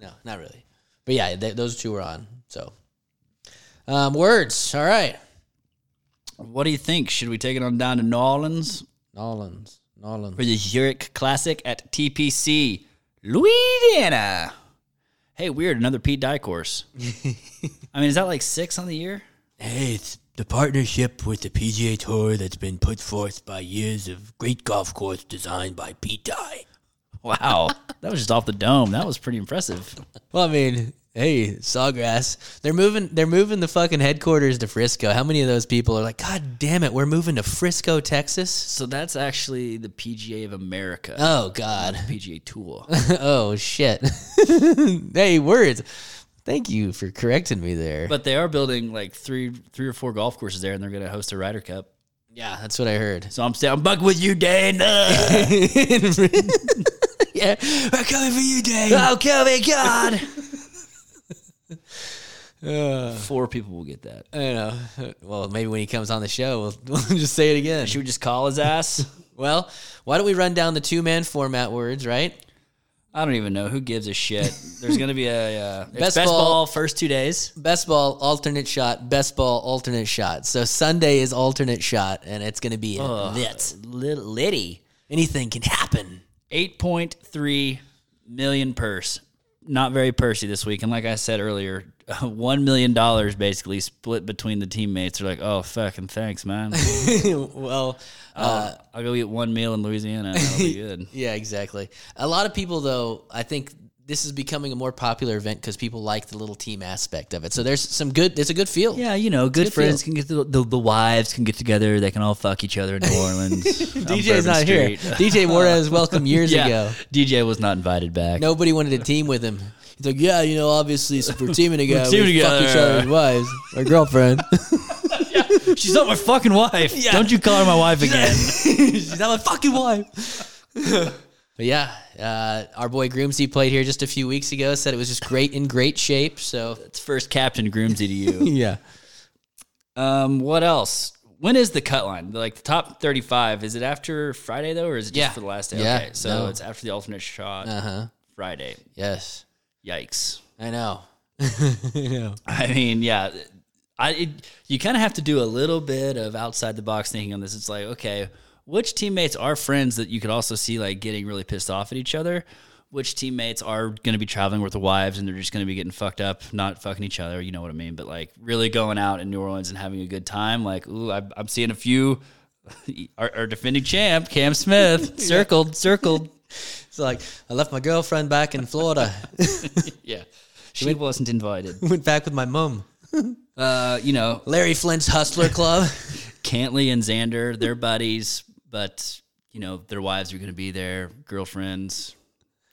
[SPEAKER 7] No, not really. But yeah, th- those two were on. So, um, words. All right.
[SPEAKER 6] What do you think? Should we take it on down to New Orleans
[SPEAKER 7] Nolans. Nolans.
[SPEAKER 6] for the Zurich Classic at TPC, Louisiana? Hey, weird, another Pete Dye course. I mean, is that like six on the year?
[SPEAKER 7] Hey, it's
[SPEAKER 6] The partnership with the PGA Tour that's been put forth by years of great golf course designed by Pete Dye. Wow. that was just off the dome. That was pretty impressive.
[SPEAKER 7] Well, I mean, hey, Sawgrass. They're moving they're moving the fucking headquarters to Frisco. How many of those people are like, God damn it, we're moving to Frisco, Texas?
[SPEAKER 6] So that's actually the PGA of America.
[SPEAKER 7] Oh God.
[SPEAKER 6] PGA Tour.
[SPEAKER 7] oh shit. hey, words. Thank you for correcting me there.
[SPEAKER 6] but they are building like three three or four golf courses there and they're going to host a Ryder Cup.
[SPEAKER 7] yeah, that's what I heard.
[SPEAKER 6] So I'm saying, I'm buck with you, Dan. Uh,
[SPEAKER 7] yeah. We're coming for you, Dave. Oh, Kelvin, God.
[SPEAKER 6] four people will get that. Uh,
[SPEAKER 7] I don't know. Well, maybe when he comes on the show, we'll, we'll just say it again.
[SPEAKER 6] Should we just call his ass?
[SPEAKER 7] Well, why don't we run down the two man format words, right?
[SPEAKER 6] I don't even know. Who gives a shit? There's going to be a uh, it's
[SPEAKER 7] Best
[SPEAKER 6] best, ball.
[SPEAKER 7] ball.
[SPEAKER 6] first two days.
[SPEAKER 7] Best ball, alternate shot, best ball, alternate shot. So Sunday is alternate shot, and it's going to be lit.
[SPEAKER 6] Little Liddy.
[SPEAKER 7] Anything can happen.
[SPEAKER 6] 8.3 million purse. Not very pursy this week. And like I said earlier, $1 million basically split between the teammates. They're like, oh, fucking thanks, man.
[SPEAKER 7] well,
[SPEAKER 6] I'll, I'll go eat one meal in Louisiana. That'll be good.
[SPEAKER 7] yeah, exactly. A lot of people, though, I think this is becoming a more popular event because people like the little team aspect of it. So there's some good, there's a good field.
[SPEAKER 6] Yeah, you know, good,
[SPEAKER 7] good
[SPEAKER 6] friends
[SPEAKER 7] field.
[SPEAKER 6] can get the, the the wives can get together. They can all fuck each other in New Orleans.
[SPEAKER 7] DJ's not here. DJ Juarez welcome years ago.
[SPEAKER 6] DJ was not invited back.
[SPEAKER 7] Nobody wanted to team with him. He's like, yeah, you know, obviously, so if we're teaming together,
[SPEAKER 6] teaming
[SPEAKER 7] we fuck each
[SPEAKER 6] together."
[SPEAKER 7] other's wives, our girlfriend.
[SPEAKER 6] she's not my fucking wife. Don't you call her my wife again.
[SPEAKER 7] She's not my fucking wife. but yeah, uh, our boy Groomsy played here just a few weeks ago. Said it was just great in great shape. So
[SPEAKER 6] it's first Captain Groomsy to you.
[SPEAKER 7] yeah,
[SPEAKER 6] Um, what else? When is the cut line? Like the top thirty-five? Is it after Friday though, or is it just
[SPEAKER 7] Yeah.
[SPEAKER 6] for the last day?
[SPEAKER 7] Yeah,
[SPEAKER 6] Okay, so
[SPEAKER 7] no.
[SPEAKER 6] it's after the alternate shot
[SPEAKER 7] uh huh.
[SPEAKER 6] Friday.
[SPEAKER 7] Yes,
[SPEAKER 6] Yikes.
[SPEAKER 7] I know. I know.
[SPEAKER 6] I mean, yeah, I it, you kind of have to do a little bit of outside the box thinking on this. It's like, okay, which teammates are friends that you could also see like getting really pissed off at each other? Which teammates are going to be traveling with the wives and they're just going to be getting fucked up, not fucking each other, you know what I mean? But like really going out in New Orleans and having a good time. Like, ooh, I, I'm seeing a few. Our, our defending champ, Cam Smith, circled, circled.
[SPEAKER 7] It's like I left my girlfriend back in Florida.
[SPEAKER 6] Yeah, she wasn't invited.
[SPEAKER 7] Went back with my mum.
[SPEAKER 6] Uh, you know,
[SPEAKER 7] Larry Flint's Hustler Club.
[SPEAKER 6] Cantley and Xander, they're buddies, but you know their wives are going to be there, girlfriends.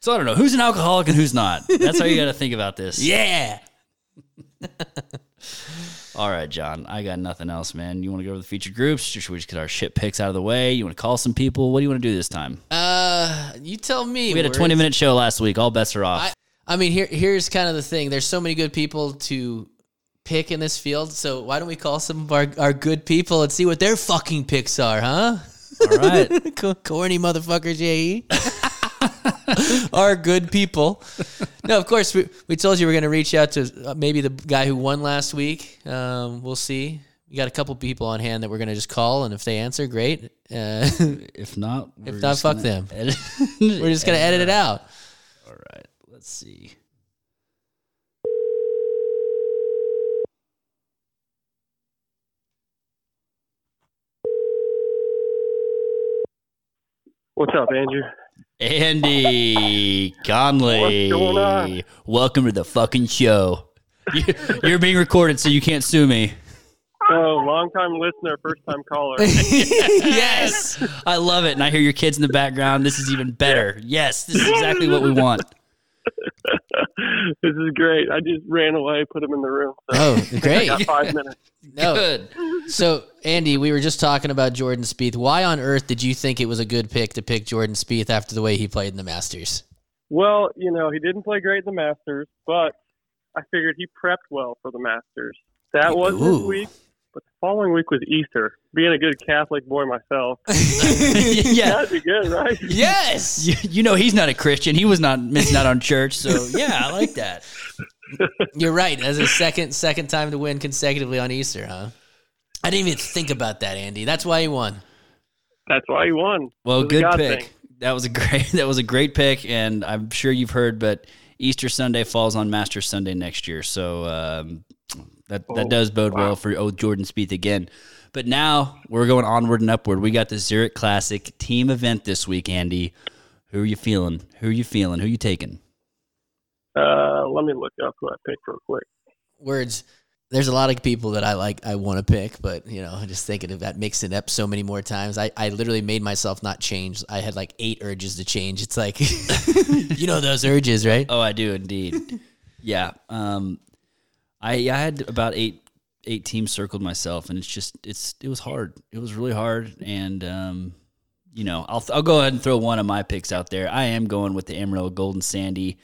[SPEAKER 6] So I don't know who's an alcoholic and who's not. That's how you got to think about this.
[SPEAKER 7] yeah.
[SPEAKER 6] All right, John, I got nothing else, man. You want to go over the featured groups? Should we just get our shit picks out of the way? You want to call some people? What do you want to do this time?
[SPEAKER 7] Uh, you tell me.
[SPEAKER 6] we had a
[SPEAKER 7] Word.
[SPEAKER 6] twenty-minute show last week. All bets are off.
[SPEAKER 7] I, I mean, here here's kind of the thing. There's so many good people to pick in this field. So why don't we call some of our, our good people and see what their fucking picks are, huh?
[SPEAKER 6] All right,
[SPEAKER 7] Co- Corny motherfucker, JE. Our good people. No, of course, we, we told you we're going to reach out to uh, maybe the guy who won last week. Um, we'll see. We got a couple people on hand that we're going to just call, and if they answer, great. Uh,
[SPEAKER 6] if not,
[SPEAKER 7] if not, fuck them.
[SPEAKER 6] we're
[SPEAKER 7] We're just going to edit it out.
[SPEAKER 6] All right, let's see.
[SPEAKER 8] What's up, Andrew?
[SPEAKER 6] Andy Conley.
[SPEAKER 8] What's going on?
[SPEAKER 6] Welcome to the fucking show. You- You're being recorded, so you can't sue me. Ah.
[SPEAKER 8] Oh, long time listener, first time caller.
[SPEAKER 6] yes, I love it, and I hear your kids in the background. This is even better. Yes, this is exactly what we want.
[SPEAKER 8] this is great. I just ran away, put him in the room. So
[SPEAKER 7] Oh,
[SPEAKER 8] I
[SPEAKER 7] great.
[SPEAKER 8] got five minutes.
[SPEAKER 7] No.
[SPEAKER 6] Good.
[SPEAKER 7] So, Andy, we were just talking about Jordan Spieth. Why on earth did you think it was a good pick to pick Jordan Spieth after the way he played in the Masters?
[SPEAKER 8] Well, you know, he didn't play great in the Masters, but I figured he prepped well for the Masters. That was this
[SPEAKER 7] Ooh.
[SPEAKER 8] week, but the following week was Easter. Being a good Catholic boy myself,
[SPEAKER 6] yeah,
[SPEAKER 8] that'd be good, right?
[SPEAKER 7] Yes.
[SPEAKER 6] you, you know he's not a Christian. He was not missing out on church. So yeah, I like that.
[SPEAKER 7] You're right. That's his second second time to win consecutively on Easter, huh? I didn't even think about that, Andy. That's why he won.
[SPEAKER 8] That's why he won. It
[SPEAKER 6] Well,
[SPEAKER 8] was a
[SPEAKER 6] good
[SPEAKER 8] God
[SPEAKER 6] pick.
[SPEAKER 8] thing.
[SPEAKER 6] That was a great. That was a great pick, and I'm sure you've heard, but Easter Sunday falls on Master Sunday next year. So um, That
[SPEAKER 8] Oh,
[SPEAKER 6] that does bode well for old Jordan Spieth again. But now we're going onward and upward. We got the Zurich Classic team event this week, Andy. Who are you feeling? Who are you feeling? Who are you taking?
[SPEAKER 8] Uh, let me look up who I picked real quick.
[SPEAKER 7] Words. There's a lot of people that I like. I want to pick, but you know, just thinking of that mixing up so many more times, I, I literally made myself not change. I had like eight urges to change. It's like, you know, those urges, right?
[SPEAKER 6] Oh, I do indeed. yeah. Um, I I had about eight eight teams circled myself, and it's just it's it was hard. It was really hard, and um, you know, I'll I'll go ahead and throw one of my picks out there. I am going with the Emerald Golden Sandy,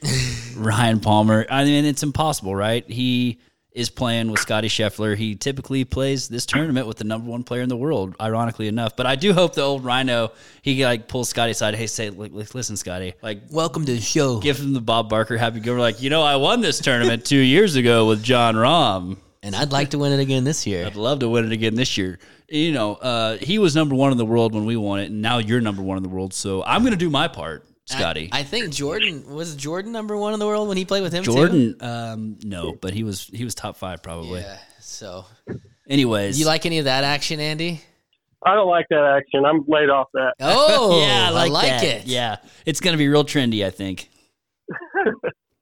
[SPEAKER 6] Ryan Palmer. I mean, it's impossible, right? He is playing with Scotty Scheffler. He typically plays this tournament with the number one player in the world, ironically enough. But I do hope the old Rhino he like pulls Scotty aside. Hey, say, like, listen, Scotty, like
[SPEAKER 7] Welcome to the show.
[SPEAKER 6] give him the Bob Barker happy go. Like, you know, I won this tournament two years ago with John Rahm.
[SPEAKER 7] And I'd like to win it again this year.
[SPEAKER 6] I'd love to win it again this year. You know, uh, he was number one in the world when we won it, and now you're number one in the world. So I'm going to do my part, Scotty.
[SPEAKER 7] I, I think Jordan was Jordan number one in the world when he played with him. too?
[SPEAKER 6] Jordan, um, no, but he was he was top five probably.
[SPEAKER 7] Yeah. So,
[SPEAKER 6] Anyways,
[SPEAKER 7] you like any of that action, Andy?
[SPEAKER 8] I don't like that action. I'm laid off that.
[SPEAKER 7] Oh,
[SPEAKER 6] yeah, I like, that.
[SPEAKER 7] it.
[SPEAKER 6] Yeah, it's going to be real trendy, I think.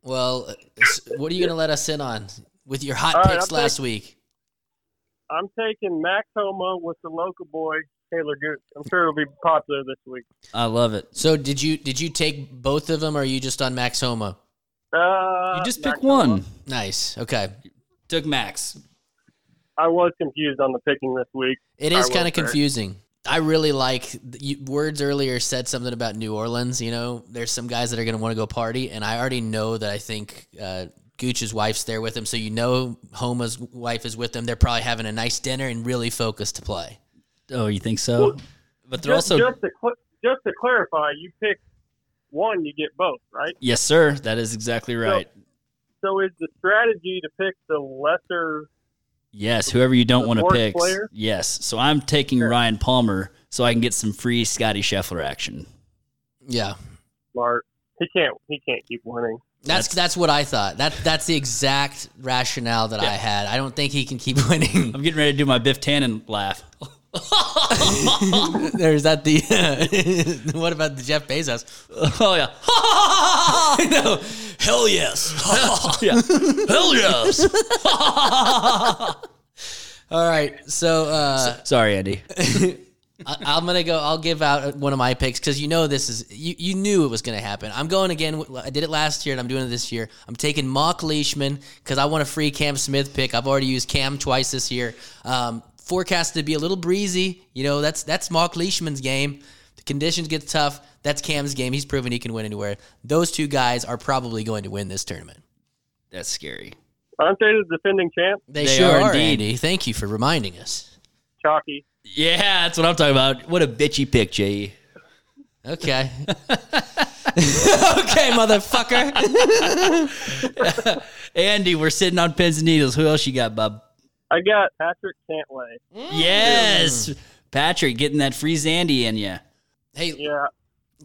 [SPEAKER 7] Well, uh, s- what are you going to let us in on with your hot
[SPEAKER 8] All right,
[SPEAKER 7] picks
[SPEAKER 8] I'll
[SPEAKER 7] last week?
[SPEAKER 8] I'm taking Max Homa with the local boy Taylor Gooch. I'm sure it'll be popular this week.
[SPEAKER 6] I love it.
[SPEAKER 7] So, did you did you take both of them, or are you just on Max Homa?
[SPEAKER 8] Uh,
[SPEAKER 6] You just
[SPEAKER 8] Max
[SPEAKER 6] pick one.
[SPEAKER 8] Homa.
[SPEAKER 7] Nice. Okay.
[SPEAKER 6] Took Max.
[SPEAKER 8] I was confused on the picking this week.
[SPEAKER 7] It
[SPEAKER 8] I
[SPEAKER 7] is
[SPEAKER 8] will
[SPEAKER 7] kind of
[SPEAKER 8] say.
[SPEAKER 7] confusing. I really like you, words earlier said something about New Orleans. You know, there's some guys that are going to want to go party, and I already know that. I think uh, Gooch's wife's there with him, so you know Homa's wife is with them. They're probably having a nice dinner and really focused to play.
[SPEAKER 6] Oh, you think so? But they're
[SPEAKER 8] just,
[SPEAKER 6] also
[SPEAKER 8] just to cl- just to clarify, you pick one, you get both, right?
[SPEAKER 6] yes, sir. That is exactly right.
[SPEAKER 8] So is the strategy to pick the lesser?
[SPEAKER 6] Yes, whoever you don't
[SPEAKER 8] the
[SPEAKER 6] want to
[SPEAKER 8] fourth
[SPEAKER 6] pick.
[SPEAKER 8] player?
[SPEAKER 6] Yes. So I'm taking Ryan Palmer so I can get some free Scotty Scheffler action.
[SPEAKER 7] Yeah,
[SPEAKER 8] Smart. He can't. He can't keep winning.
[SPEAKER 7] that's that's, what I thought. That that's the exact rationale that I had. I don't think he can keep winning.
[SPEAKER 6] I'm getting ready to do my Biff Tannen laugh.
[SPEAKER 7] There's that the what about the Jeff Bezos?
[SPEAKER 6] oh yeah.
[SPEAKER 7] no, hell yes.
[SPEAKER 6] yeah. Hell yes.
[SPEAKER 7] All right, so uh,
[SPEAKER 6] Sorry, Andy.
[SPEAKER 7] I, I'm gonna go. I'll give out one of my picks because you know this is you. You knew it was gonna happen. I'm going again. with- I did it last year, and I'm doing it this year. I'm taking Mock Leishman because I want a free Cam Smith pick. I've already used Cam twice this year. Um, forecast to be a little breezy. You know that's that's Mock Leishman's game. The conditions get tough. That's Cam's game. He's proven he can win anywhere. Those two guys are probably going to win this tournament.
[SPEAKER 6] That's scary.
[SPEAKER 8] Aren't they the defending champ?
[SPEAKER 7] They,
[SPEAKER 6] They
[SPEAKER 7] sure
[SPEAKER 6] are
[SPEAKER 7] are,
[SPEAKER 6] indeed.
[SPEAKER 7] Andy. Thank you for reminding us.
[SPEAKER 8] Chalky.
[SPEAKER 6] Yeah, that's what I'm talking about. What a bitchy pick, J. E.
[SPEAKER 7] Okay. okay, motherfucker.
[SPEAKER 6] Andy, we're sitting on pins and needles. Who else you got, bub?
[SPEAKER 8] I got Patrick Cantlay.
[SPEAKER 6] Mm. Yes. Patrick getting that free Zandy in you.
[SPEAKER 7] Hey,
[SPEAKER 8] Yeah,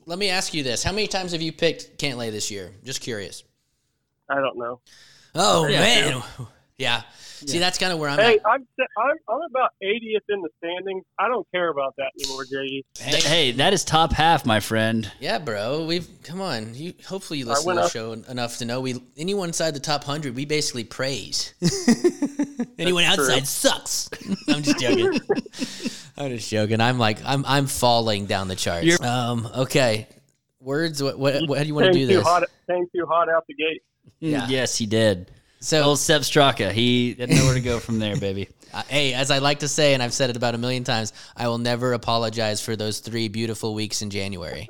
[SPEAKER 7] let me ask you this: How many times have you picked Cantlay this year? Just curious.
[SPEAKER 8] I don't know.
[SPEAKER 7] Oh man, yeah. See, that's kind of where I'm
[SPEAKER 8] Hey,
[SPEAKER 7] at.
[SPEAKER 8] I'm, I'm I'm about 80th in the standings. I don't care about that anymore, E. Jay.
[SPEAKER 6] Hey. that is top half, my friend.
[SPEAKER 7] Yeah, bro. We've come on. You hopefully you listen to
[SPEAKER 8] went
[SPEAKER 7] the
[SPEAKER 8] up-
[SPEAKER 7] show en- enough to know we anyone inside the top hundred we basically praise. anyone
[SPEAKER 8] That's
[SPEAKER 7] outside
[SPEAKER 8] true.
[SPEAKER 7] sucks. I'm just joking. I'm just joking. I'm like I'm I'm falling down the charts.
[SPEAKER 6] You're-
[SPEAKER 7] um. Okay. Words. What? What? what how do you want
[SPEAKER 8] Came
[SPEAKER 7] to do
[SPEAKER 8] too
[SPEAKER 7] this?
[SPEAKER 8] hot. Came too hot out the gate.
[SPEAKER 7] Yeah.
[SPEAKER 6] Mm, Yes, he did.
[SPEAKER 7] So
[SPEAKER 6] Old Seb Straka, he had nowhere to go from there, baby.
[SPEAKER 7] Uh, hey, as I like to say, and I've said it about a million times, I will never apologize for those three beautiful weeks in January.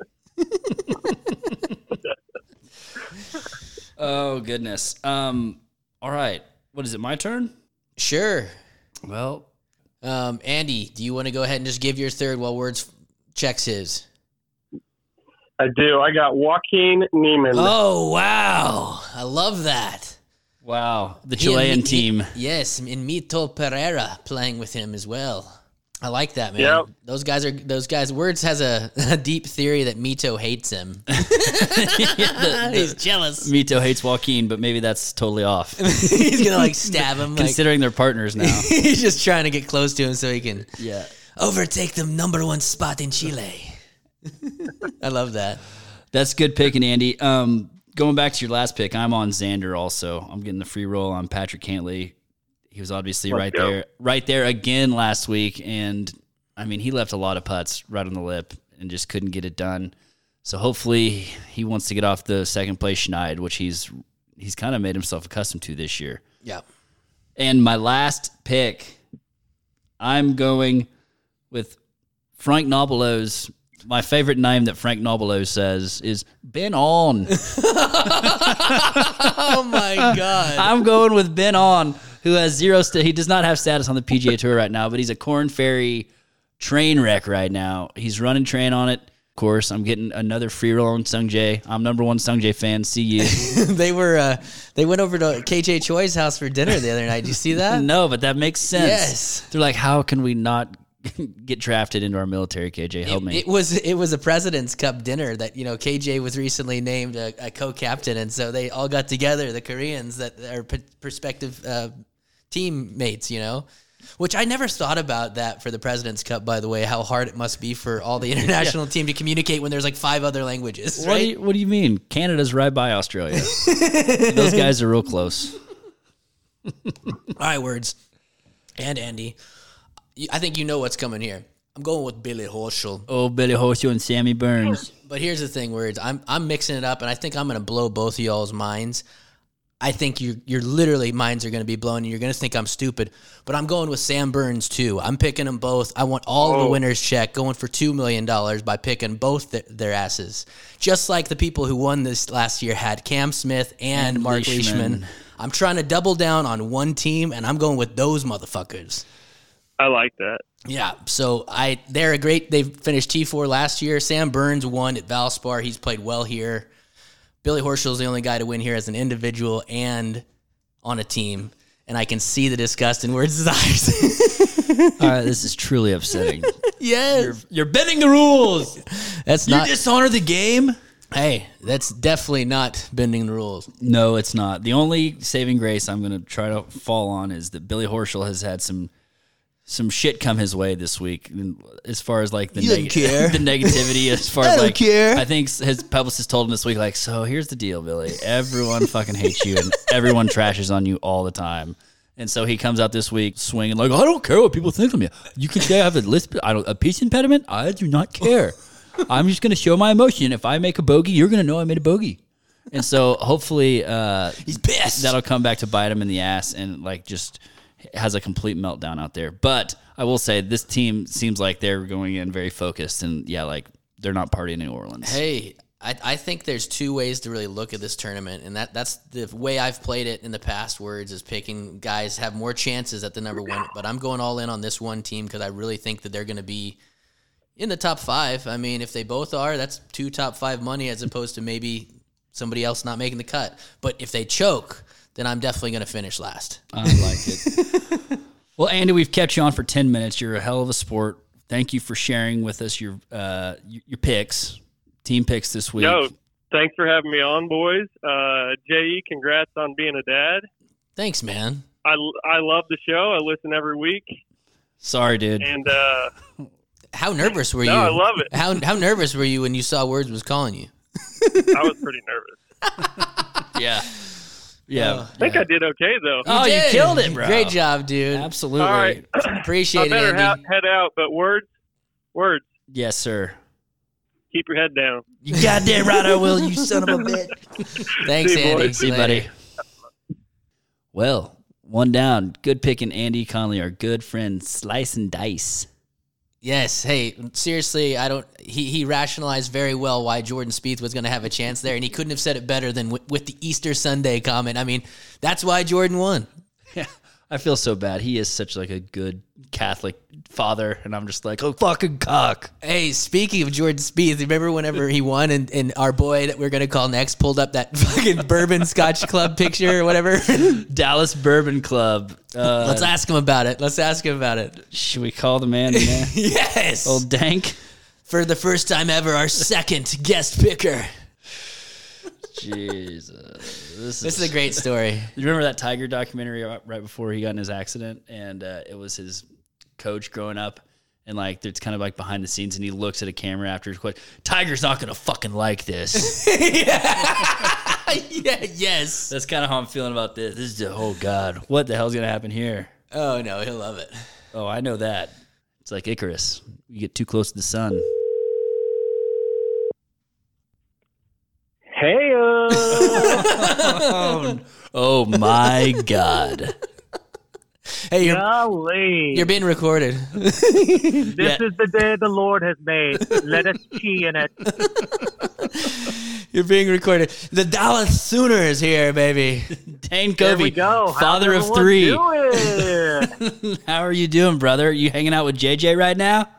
[SPEAKER 6] Oh goodness. Um. All right. What is it? My turn.
[SPEAKER 7] Sure.
[SPEAKER 6] Well,
[SPEAKER 7] Um, Andy, do you want to go ahead and just give your third while Words checks his?
[SPEAKER 8] I do. I got Joaquin Neiman.
[SPEAKER 7] Oh, wow. I love that.
[SPEAKER 6] wow. The
[SPEAKER 7] He and
[SPEAKER 6] Chilean
[SPEAKER 7] Mi-
[SPEAKER 6] team.
[SPEAKER 7] he- yes, and Mito Pereira playing with him as well. I like that, man.
[SPEAKER 8] Yep.
[SPEAKER 7] Those guys are those guys. Words has a, a deep theory that Mito hates him. He's jealous.
[SPEAKER 6] Mito hates Joaquin, but maybe that's totally off.
[SPEAKER 7] He's gonna like stab him. Like,
[SPEAKER 6] Considering they're partners now.
[SPEAKER 7] he's just trying to get close to him so he can
[SPEAKER 6] yeah.
[SPEAKER 7] overtake the number one spot in Chile. I love that.
[SPEAKER 6] That's good picking, Andy. Um, going back to your last pick, I'm on Xander also. I'm getting the free roll on Patrick Cantley. He was obviously right
[SPEAKER 8] go.
[SPEAKER 6] there, right there again last week, and I mean he left a lot of putts right on the lip and just couldn't get it done. So hopefully he wants to get off the second place schneid, which he's he's kind of made himself accustomed to this year.
[SPEAKER 7] Yeah.
[SPEAKER 6] And my last pick, I'm going with Frank Nobelo's. My favorite name that Frank Nobelo says is Ben On.
[SPEAKER 7] Oh my god.
[SPEAKER 6] I'm going with Ben On, who has zero. St- he does not have status on the PGA Tour right now, but he's a Corn Ferry train wreck right now. He's running train on it. Of course, I'm getting another free roll on Sung Jae. I'm number one Sung Jae fan. See you.
[SPEAKER 7] they were uh, they went over to KJ Choi's house for dinner the other night. Did you see that?
[SPEAKER 6] no, but that makes sense.
[SPEAKER 7] Yes.
[SPEAKER 6] They're like, how can we not get drafted into our military, KJ? Help me.
[SPEAKER 7] It was it was a President's Cup dinner that you know KJ was recently named a, a co-captain, and so they all got together, the Koreans that are p- prospective uh, teammates, you know. Which I never thought about that for the President's Cup, by the way, how hard it must be for all the international team to communicate when there's like five other languages,
[SPEAKER 6] What, do
[SPEAKER 7] right?
[SPEAKER 6] you, what do you mean? Canada's right by Australia. Those guys are real close.
[SPEAKER 7] All right, words. And Andy, you- I think you know what's coming here. I'm going with Billy Horschel.
[SPEAKER 6] Oh, Billy Horseshoe and Sammy Burns.
[SPEAKER 7] But here's the thing, words. I'm I'm mixing it up, and I think I'm gonna blow both of y'all's minds. I think you you're literally minds are gonna be blown, and you're gonna think I'm stupid. But I'm going with Sam Burns too. I'm picking them both. I want all the winners' check, going for two million dollars by picking both th- their asses, just like the people who won this last year had Cam Smith and,
[SPEAKER 6] And
[SPEAKER 7] Mark
[SPEAKER 6] Leishman.
[SPEAKER 7] Leishman. I'm trying to double down on one team, and I'm going with those motherfuckers.
[SPEAKER 8] I like that.
[SPEAKER 7] Yeah, so I they're a great. They finished T four last year. Sam Burns won at Valspar. He's played well here. Billy Horschel's the only guy to win here as an individual and on a team. And I can see the disgust in words' eyes.
[SPEAKER 6] All right, this is truly upsetting.
[SPEAKER 7] yes,
[SPEAKER 6] You're bending the rules.
[SPEAKER 7] that's
[SPEAKER 6] You
[SPEAKER 7] not.
[SPEAKER 6] dishonor the game.
[SPEAKER 7] hey, that's definitely not bending the rules.
[SPEAKER 6] No, it's not. The only saving grace I'm going to try to fall on is that Billy Horschel has had some some shit come his way this week and as far as like the,
[SPEAKER 7] You don't care.
[SPEAKER 6] the negativity as far
[SPEAKER 7] I
[SPEAKER 6] as
[SPEAKER 7] don't
[SPEAKER 6] like
[SPEAKER 7] care.
[SPEAKER 6] I think his publicist told him this week like so here's the deal Billy everyone fucking hates you and everyone trashes on you all the time and so he comes out this week swinging like I don't care what people think of me you can say I have a lisp I don't a peace impediment I do not care I'm just going to show my emotion if I make a bogey you're going to know I made a bogey and so hopefully uh
[SPEAKER 7] He's pissed.
[SPEAKER 6] that'll come back to bite him in the ass and like just has a complete meltdown out there. But I will say this team seems like they're going in very focused and yeah, like they're not partying in New Orleans.
[SPEAKER 7] Hey, I, I think there's two ways to really look at this tournament, and that, that's the way I've played it in the past. Words is picking guys have more chances at the number one, but I'm going all in on this one team because I really think that they're going to be in the top five. I mean, if they both are, that's two top five money as opposed to maybe somebody else not making the cut. But if they choke, then I'm definitely going to finish last.
[SPEAKER 6] I like it. well, Andy, we've kept you on for 10 minutes. You're a hell of a sport. Thank you for sharing with us your uh your your picks, team picks this week.
[SPEAKER 8] Yo, thanks for having me on, boys. Uh, Je, congrats on being a dad.
[SPEAKER 7] Thanks, man.
[SPEAKER 8] I, I love the show. I listen every week,
[SPEAKER 6] Sorry, dude.
[SPEAKER 8] and uh,
[SPEAKER 7] How nervous were
[SPEAKER 8] No,
[SPEAKER 7] you?
[SPEAKER 8] I love it.
[SPEAKER 7] How how nervous were you when you saw Words was calling you?
[SPEAKER 8] I was pretty nervous.
[SPEAKER 6] Yeah. Yeah.
[SPEAKER 8] I think I did okay though.
[SPEAKER 6] oh, you
[SPEAKER 7] did.
[SPEAKER 6] killed it, bro.
[SPEAKER 7] Great job, dude.
[SPEAKER 6] Absolutely.
[SPEAKER 8] All right, I
[SPEAKER 7] Appreciate it,
[SPEAKER 8] better
[SPEAKER 7] Andy.
[SPEAKER 8] ha- head out. But words, words,
[SPEAKER 6] Yes, sir.
[SPEAKER 8] keep your head down.
[SPEAKER 6] You goddamn right I will, you son of a bitch.
[SPEAKER 7] Thanks,
[SPEAKER 8] See you,
[SPEAKER 7] Andy.
[SPEAKER 8] boys.
[SPEAKER 6] See you, buddy. Well, one down. Good picking, Andy Conley, our good friend, Slice and Dice.
[SPEAKER 7] Yes. Hey, seriously, I don't. He he rationalized very well why Jordan Spieth was going to have a chance there, and he couldn't have said it better than with, with the Easter Sunday comment. I mean, that's why Jordan won.
[SPEAKER 6] Yeah, I feel so bad. He is such like a good Catholic father, and I'm just like, oh fucking cock.
[SPEAKER 7] Hey, speaking of Jordan Spieth, remember whenever he won and, and our boy that we're gonna call next pulled up that fucking bourbon Scotch Club picture or whatever.
[SPEAKER 6] Dallas Bourbon Club. Uh,
[SPEAKER 7] Let's ask him about it. Let's ask him about it.
[SPEAKER 6] should we call the man? man?
[SPEAKER 7] Yes.
[SPEAKER 6] Old Dank.
[SPEAKER 7] For the first time ever, our second guest picker.
[SPEAKER 6] Jesus, this
[SPEAKER 7] This
[SPEAKER 6] is
[SPEAKER 7] is a great story.
[SPEAKER 6] You remember that Tiger documentary right right before he got in his accident, and uh, it was his coach growing up, and like it's kind of like behind the scenes, and he looks at a camera after his question. Tiger's not gonna fucking like this.
[SPEAKER 7] yeah, yes.
[SPEAKER 6] That's kind of how I'm feeling about this. This is the, oh god, what the hell's gonna happen here?
[SPEAKER 7] Oh no, he'll love it.
[SPEAKER 6] Oh, I know that. It's like Icarus. You get too close to the sun.
[SPEAKER 8] Hey,
[SPEAKER 6] Oh my god.
[SPEAKER 7] Hey, you're,
[SPEAKER 8] golly.
[SPEAKER 7] you're being recorded.
[SPEAKER 8] this is the day the Lord has made. Let us pee in it.
[SPEAKER 7] You're being recorded. The Dallas Sooner is here, baby.
[SPEAKER 6] Dane
[SPEAKER 8] There we
[SPEAKER 6] Covey,
[SPEAKER 8] go. How's
[SPEAKER 6] father of
[SPEAKER 8] everyone
[SPEAKER 6] three.
[SPEAKER 8] doing?
[SPEAKER 6] How are you doing, brother? you hanging out with JJ right now?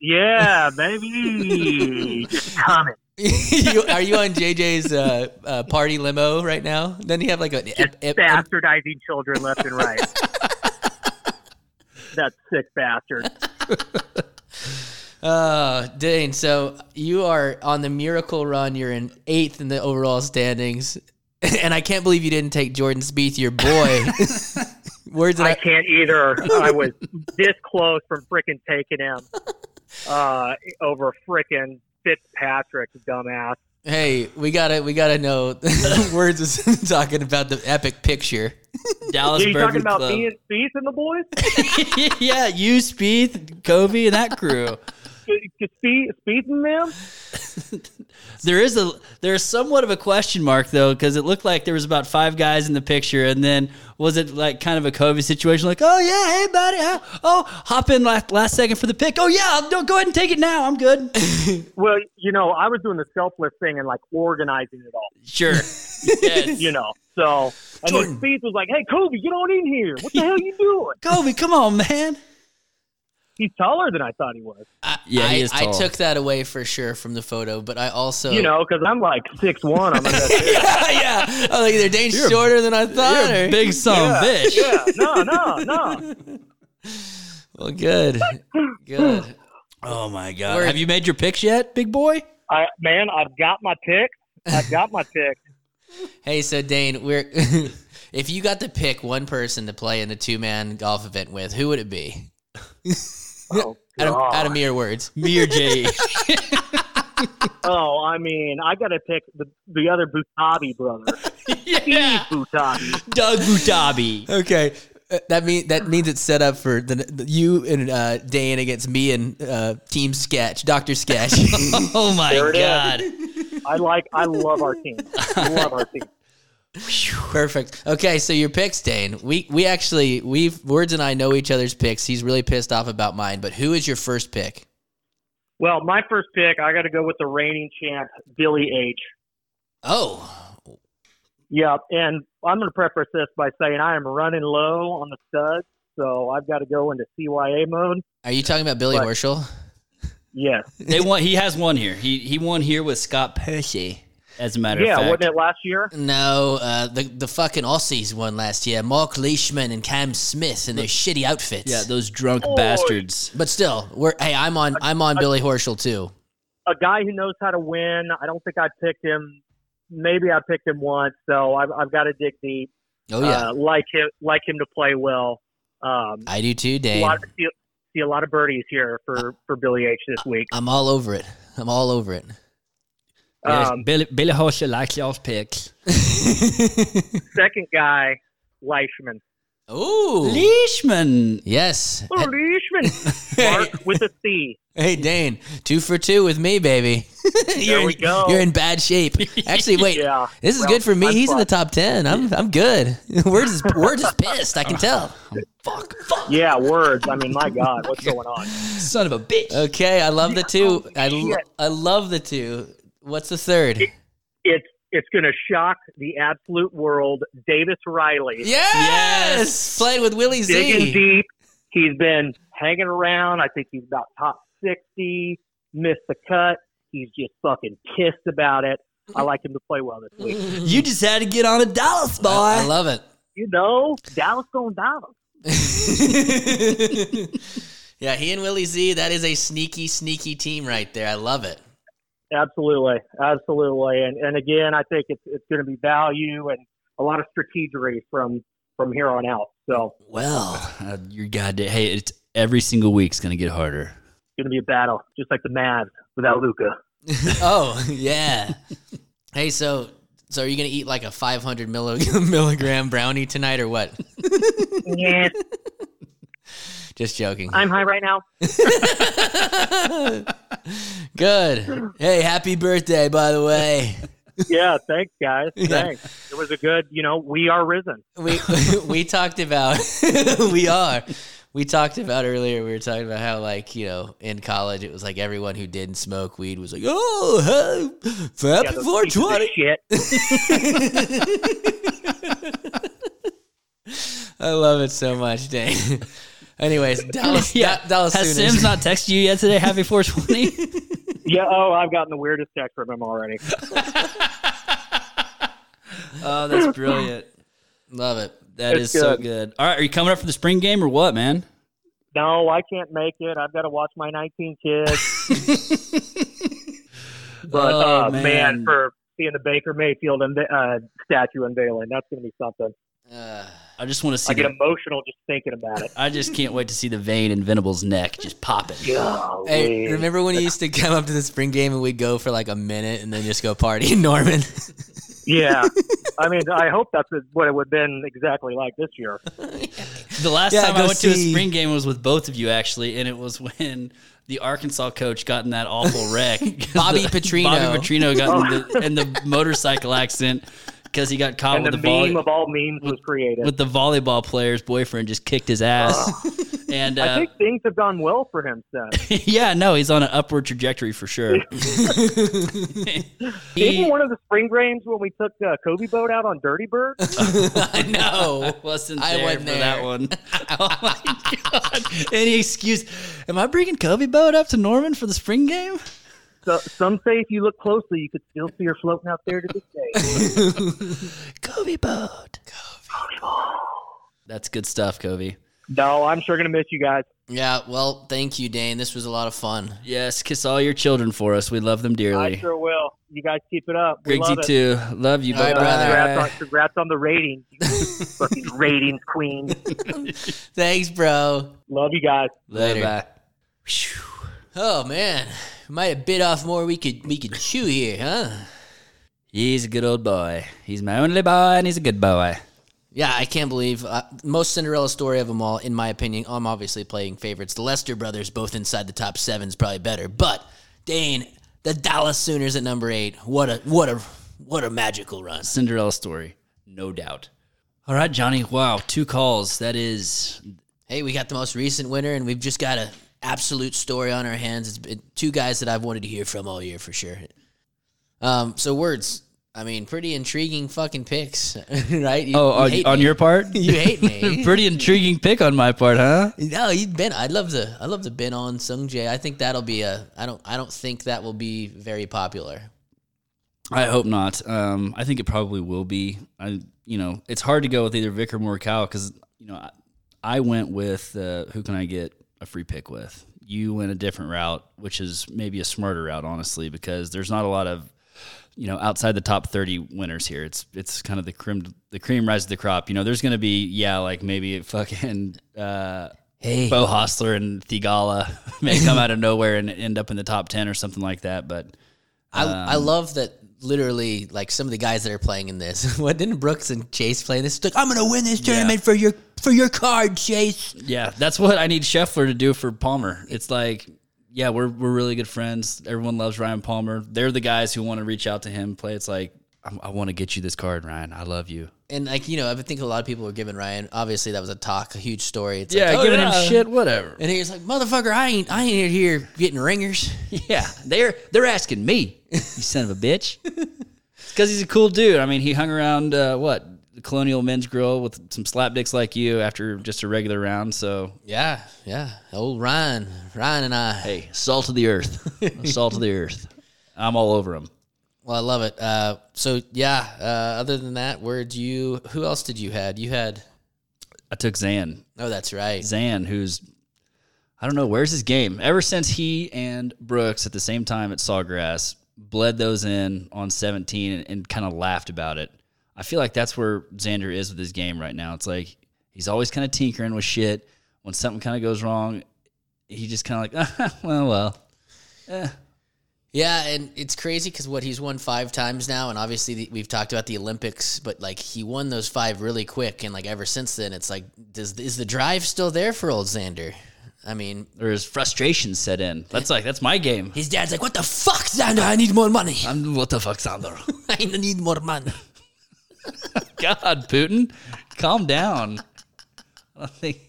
[SPEAKER 8] yeah, baby. Just coming.
[SPEAKER 7] you, are you on JJ's uh, uh, party limo right now? Doesn't he have like a ep- ep- ep-
[SPEAKER 8] Bastardizing children left and right. that sick bastard.
[SPEAKER 7] uh, Dane? So you are on the miracle run. You're in eighth in the overall standings, and I can't believe you didn't take Jordan Spieth, your boy. Words that
[SPEAKER 8] I
[SPEAKER 7] I,
[SPEAKER 8] can't either. I was this close from freaking taking him uh, over freaking Fitzpatrick, dumbass.
[SPEAKER 7] hey, we gotta we gotta know. Words is talking about the epic picture.
[SPEAKER 6] Dallas
[SPEAKER 8] Are you
[SPEAKER 6] Bourbon
[SPEAKER 8] talking about
[SPEAKER 6] Club.
[SPEAKER 8] me and Spieth and the boys?
[SPEAKER 6] yeah, you, Spieth, Covey, and that crew.
[SPEAKER 8] Spieth, Spieth and them?
[SPEAKER 6] There is a there is somewhat of a question mark though, because it looked like there was about five guys in the picture, and then was it like kind of a Covey situation? Like, oh yeah, hey buddy, huh? oh hop in last, last second for the pick. Oh yeah, I'll, no, go ahead and take it now. I'm good.
[SPEAKER 8] Well, you know, I was doing the selfless thing and like organizing it all,
[SPEAKER 6] sure. Yes.
[SPEAKER 8] you know. So, and then Spieth was like, "Hey, Kobe, get on in here. What the hell you doing?"
[SPEAKER 6] Covey, come on, man.
[SPEAKER 8] He's taller than I thought he was,
[SPEAKER 7] I,
[SPEAKER 6] Yeah, he
[SPEAKER 7] I,
[SPEAKER 6] is
[SPEAKER 7] I
[SPEAKER 6] tall.
[SPEAKER 7] took that away for sure from the photo, but I also
[SPEAKER 8] you know, because I'm like six one. I'm like,
[SPEAKER 7] yeah, yeah. I was like, they're dang shorter than I thought.
[SPEAKER 6] You're a
[SPEAKER 7] or-
[SPEAKER 6] big son of a bitch.
[SPEAKER 8] yeah, no, no, no.
[SPEAKER 7] well, good, good.
[SPEAKER 6] Oh my god.
[SPEAKER 7] Word.
[SPEAKER 6] Have you made your picks yet, big boy?
[SPEAKER 8] I, man, I've got my pick. I've got my pick.
[SPEAKER 7] Hey, so Dane, we're if you got to pick one person to play in a two man golf event with, who would it be?
[SPEAKER 8] Oh,
[SPEAKER 7] Out of,
[SPEAKER 8] God.
[SPEAKER 7] out of mere words,
[SPEAKER 6] Me or Jay?
[SPEAKER 8] Oh, I mean, I got to pick the the other Butabi brother,
[SPEAKER 6] yeah.
[SPEAKER 8] Steve Butabi.
[SPEAKER 6] Doug Butabi.
[SPEAKER 7] okay. Uh, That mean that means it's set up for the, the- you and uh, Dane against me and uh, Team Sketch, Doctor Sketch.
[SPEAKER 6] Oh my
[SPEAKER 8] There it is.
[SPEAKER 6] god.
[SPEAKER 8] I like, I love our team. I love our team.
[SPEAKER 7] Perfect. Okay, so your picks, Dane. We we actually we've Words and I know each other's picks. He's really pissed off about mine, but who is your first pick?
[SPEAKER 8] Well, my first pick, I got to go with the reigning champ, Billy H.
[SPEAKER 7] Oh,
[SPEAKER 8] Yeah, and I'm going to preface this by saying I am running low on the studs, so I've got to go into CYA mode.
[SPEAKER 7] are you talking about Billy
[SPEAKER 8] Right.
[SPEAKER 7] Horschel?
[SPEAKER 8] Yes.
[SPEAKER 6] They won. He has one here. He he won here with Scott Percy. As a matter
[SPEAKER 8] Yeah,
[SPEAKER 6] of fact,
[SPEAKER 8] wasn't it last year?
[SPEAKER 7] No, uh, the the fucking Aussies won last year. Mark Leishman and Cam Smith in their shitty outfits.
[SPEAKER 6] yeah, those drunk bastards.
[SPEAKER 7] but still, we're hey, I'm on I'm on Billy Horschel too.
[SPEAKER 8] A guy who knows how to win. I don't think I picked him. Maybe I picked him once, so I've, I've got to dig deep.
[SPEAKER 7] Oh yeah,
[SPEAKER 8] Uh, like him, like him to play well. Um,
[SPEAKER 7] I do too,
[SPEAKER 8] a
[SPEAKER 7] Dane.
[SPEAKER 8] lot of, see, see a lot of birdies here for, for Billy H this week.
[SPEAKER 7] I'm all over it. I'm all over it.
[SPEAKER 6] Yes,
[SPEAKER 8] Um,
[SPEAKER 6] Billy Billy Horschel likes y'all's picks.
[SPEAKER 8] second guy, Leishman.
[SPEAKER 7] Ooh,
[SPEAKER 6] Leishman.
[SPEAKER 7] yes.
[SPEAKER 8] Oh, Leishman. Mark with a C.
[SPEAKER 7] Hey Dane, two for two with me, baby.
[SPEAKER 8] There we go.
[SPEAKER 7] You're in bad shape. Actually, wait.
[SPEAKER 8] Yeah.
[SPEAKER 7] This is
[SPEAKER 8] Well,
[SPEAKER 7] good for me.
[SPEAKER 8] I'm
[SPEAKER 7] He's in the
[SPEAKER 8] fucked.
[SPEAKER 7] top ten. I'm I'm good. Words is words is pissed. I can tell.
[SPEAKER 6] Fuck. Fuck.
[SPEAKER 8] Yeah, words. I mean, my God, what's going on?
[SPEAKER 6] Son of a bitch.
[SPEAKER 7] Okay, I love the two. I,
[SPEAKER 8] shit.
[SPEAKER 7] I love the two. What's the third?
[SPEAKER 8] It's
[SPEAKER 9] it's going to shock the absolute world. Davis Riley.
[SPEAKER 7] Yes! Played with Willie
[SPEAKER 9] digging
[SPEAKER 7] Z.
[SPEAKER 9] deep. He's been hanging around. I think he's about top 60, missed the cut. He's just fucking pissed about it. I like him to play well this
[SPEAKER 7] Mm.
[SPEAKER 9] week.
[SPEAKER 10] You just had to get on a Dallas boy.
[SPEAKER 7] I, I love it.
[SPEAKER 9] You know, Dallas going Dallas.
[SPEAKER 7] yeah, he and Willie Z, that is a sneaky, sneaky team right there. I love it.
[SPEAKER 9] Absolutely. Absolutely. And and again, I think it's it's going to be value and a lot of strategery from from here on out. So,
[SPEAKER 6] Well, uh, your goddamn hey, it's every single week's gonna get harder.
[SPEAKER 9] it's going to be a battle just like the Mavs without Luca.
[SPEAKER 7] Oh, yeah. hey, so so are you going to eat like a 500 milli- milligram brownie tonight or what?
[SPEAKER 9] Yes,
[SPEAKER 7] Just joking.
[SPEAKER 9] I'm high right now.
[SPEAKER 7] Good. Hey, happy birthday, by the way.
[SPEAKER 9] Yeah, thanks guys.
[SPEAKER 7] Yeah.
[SPEAKER 9] Thanks. It was a good, you know, we are risen.
[SPEAKER 7] we we talked about we are we talked about earlier we were talking about how like you know in college it was like everyone who didn't smoke weed was like oh hey,
[SPEAKER 9] Yeah,
[SPEAKER 7] happy
[SPEAKER 9] those pieces of
[SPEAKER 7] 420
[SPEAKER 9] Shit.
[SPEAKER 7] i love it so much dang anyways dallas yeah dallas
[SPEAKER 6] Has
[SPEAKER 7] Sooners.
[SPEAKER 6] Sims not texted you yet today? Happy 420.
[SPEAKER 9] Yeah. Oh, I've gotten the weirdest text from him already.
[SPEAKER 6] oh, that's brilliant.
[SPEAKER 7] love it
[SPEAKER 6] That is
[SPEAKER 9] It's
[SPEAKER 6] so
[SPEAKER 9] good.
[SPEAKER 6] good. All right, are you coming up for the spring game or what, man?
[SPEAKER 9] No, I can't make it. I've got to watch my 19 kids. But
[SPEAKER 6] Oh,
[SPEAKER 9] uh, man.
[SPEAKER 6] man.
[SPEAKER 9] for seeing the Baker Mayfield and uh, statue unveiling, that's going to be something.
[SPEAKER 7] uh,
[SPEAKER 6] I just want to see.
[SPEAKER 9] I get
[SPEAKER 6] the-
[SPEAKER 9] emotional just thinking about it.
[SPEAKER 6] I just can't wait to see the vein in Venable's neck just popping.
[SPEAKER 9] Golly.
[SPEAKER 7] hey remember when you used to come up to the spring game and we'd go for like a minute and then just go party in norman
[SPEAKER 9] yeah. I mean, I hope that's what it would have been exactly like this year.
[SPEAKER 6] Oh, The last
[SPEAKER 7] Yeah,
[SPEAKER 6] time I
[SPEAKER 7] go
[SPEAKER 6] went to a
[SPEAKER 7] see-
[SPEAKER 6] spring game was with both of you actually, and it was when the Arkansas coach got in that awful wreck.
[SPEAKER 7] Bobby
[SPEAKER 6] The-
[SPEAKER 7] Petrino.
[SPEAKER 6] Bobby Petrino got in, the, in the motorcycle accident because he got caught
[SPEAKER 9] And the,
[SPEAKER 6] with the,
[SPEAKER 9] meme
[SPEAKER 6] volley,
[SPEAKER 9] of all memes was created.
[SPEAKER 6] with the volleyball player's boyfriend just kicked his ass. and
[SPEAKER 9] I
[SPEAKER 6] uh,
[SPEAKER 9] think things have gone well for him since.
[SPEAKER 6] yeah, no, he's on an upward trajectory for sure.
[SPEAKER 9] Even
[SPEAKER 6] he,
[SPEAKER 9] one of the spring games when we took uh, Kobe boat out on Dirty Bird.
[SPEAKER 7] i know
[SPEAKER 6] I wasn't
[SPEAKER 7] I
[SPEAKER 6] there
[SPEAKER 7] wasn't
[SPEAKER 6] for
[SPEAKER 7] there.
[SPEAKER 6] that one. Oh my god! Any excuse? Am I bringing Kobe boat up to Norman for the spring game?
[SPEAKER 9] So, some say if you look closely, you could still see her floating out there to this day.
[SPEAKER 6] Kobe boat. That's good stuff, Kobe.
[SPEAKER 9] no, I'm sure gonna miss you guys.
[SPEAKER 7] yeah well thank you dane this was a lot of fun
[SPEAKER 6] Yes, kiss all your children for us. We love them
[SPEAKER 9] I
[SPEAKER 6] dearly.
[SPEAKER 9] sure will. You guys keep it up. We
[SPEAKER 6] Griggs, you
[SPEAKER 9] love it.
[SPEAKER 6] too. Love you,
[SPEAKER 7] All right,
[SPEAKER 6] bye
[SPEAKER 7] brother.
[SPEAKER 6] brother.
[SPEAKER 9] Congrats on, congrats on the ratings. you Fucking ratings queen.
[SPEAKER 7] thanks bro
[SPEAKER 9] Love you guys.
[SPEAKER 7] Later.
[SPEAKER 6] Bye.
[SPEAKER 7] Oh man, might have bit off more we could we could chew here, huh?
[SPEAKER 6] He's a good old boy. He's my only boy, and he's a good boy.
[SPEAKER 7] Yeah, I can't believe uh, most Cinderella story of them all, in my opinion. I'm obviously playing favorites. The Lester brothers, both inside the top seven, is probably better. But Dane, the Dallas Sooners at number eight. What a what a what a magical run.
[SPEAKER 6] Cinderella story, no doubt. All right, Johnny. Wow, two calls. That is
[SPEAKER 7] Hey, we got the most recent winner, and we've just got a absolute story on our hands. It's been two guys that I've wanted to hear from all year for sure. Um, so words. I mean, pretty intriguing fucking picks, right? You-
[SPEAKER 6] oh
[SPEAKER 7] you
[SPEAKER 6] on,
[SPEAKER 7] hate
[SPEAKER 6] on
[SPEAKER 7] me.
[SPEAKER 6] your part.
[SPEAKER 7] You hate me.
[SPEAKER 6] Pretty intriguing pick on my part, huh?
[SPEAKER 7] no, you Ben. I'd love to. I'd love to Ben on Sung Jae. I think that'll be a. I don't. I don't think that will be very popular.
[SPEAKER 6] I hope not. Um, I think it probably will be. I, you know, it's hard to go with either Vic or Morikawa because you know I, I went with uh, who can I get a free pick with. You went a different route, which is maybe a smarter route, honestly, because there's not a lot of you know outside the top 30 winners here. It's it's kind of the cream the cream rise to the crop. You know, there's gonna be yeah, like maybe fucking. Uh,
[SPEAKER 7] Hey,
[SPEAKER 6] Bo Hostler and Thigala may come out of nowhere and end up in the top 10 or something like that. But Um,
[SPEAKER 7] I, I love that. Literally, like some of the guys that are playing in this. What didn't Brooks and Chase play in this? Like, I'm gonna win this tournament for your for your card, Chase.
[SPEAKER 6] Yeah, that's what I need Scheffler to do for Palmer. It's like, yeah, we're we're really good friends. Everyone loves Ryan Palmer. They're the guys who want to reach out to him, play. It's like, I, I want to get you this card, Ryan. I love you.
[SPEAKER 7] And like you know, I think a lot of people were giving Ryan. Obviously, that was a talk, a huge story. It's
[SPEAKER 6] Yeah,
[SPEAKER 7] like, oh,
[SPEAKER 6] giving
[SPEAKER 7] yeah.
[SPEAKER 6] him shit, whatever.
[SPEAKER 7] And he was like, "Motherfucker, I ain't, I ain't here getting ringers."
[SPEAKER 6] Yeah, they're they're asking me, you son of a bitch. It's because he's a cool dude. I mean, he hung around uh, what the Colonial Men's Grill with some slap dicks like you after just a regular round. So
[SPEAKER 7] Yeah, yeah. Old Ryan, Ryan and I.
[SPEAKER 6] hey, salt of the earth, salt of the earth. I'm all over him.
[SPEAKER 7] Well, I love it. Uh, so yeah. Uh, other than that, where do you? Who else did you had? You had.
[SPEAKER 6] I took Zan.
[SPEAKER 7] Oh, that's right.
[SPEAKER 6] Zan, who's I don't know where's his game. Ever since he and Brooks at the same time at Sawgrass bled those in on 17 and, and kind of laughed about it. I feel like that's where Xander is with his game right now. It's like he's always kind of tinkering with shit. When something kind of goes wrong, he just kind of like, well, well,
[SPEAKER 7] Yeah, and it's crazy because what he's won five times now, and obviously the, we've talked about the Olympics, but like he won those five really quick, and like ever since then, it's like, does is the drive still there for old Xander? I mean,
[SPEAKER 6] or his frustration set in. That's like that's my game.
[SPEAKER 7] his dad's like, "What the fuck, Xander? I need more money.
[SPEAKER 6] I'm what the fuck, Xander?
[SPEAKER 7] I need more money."
[SPEAKER 6] God, Putin, calm down. I don't think.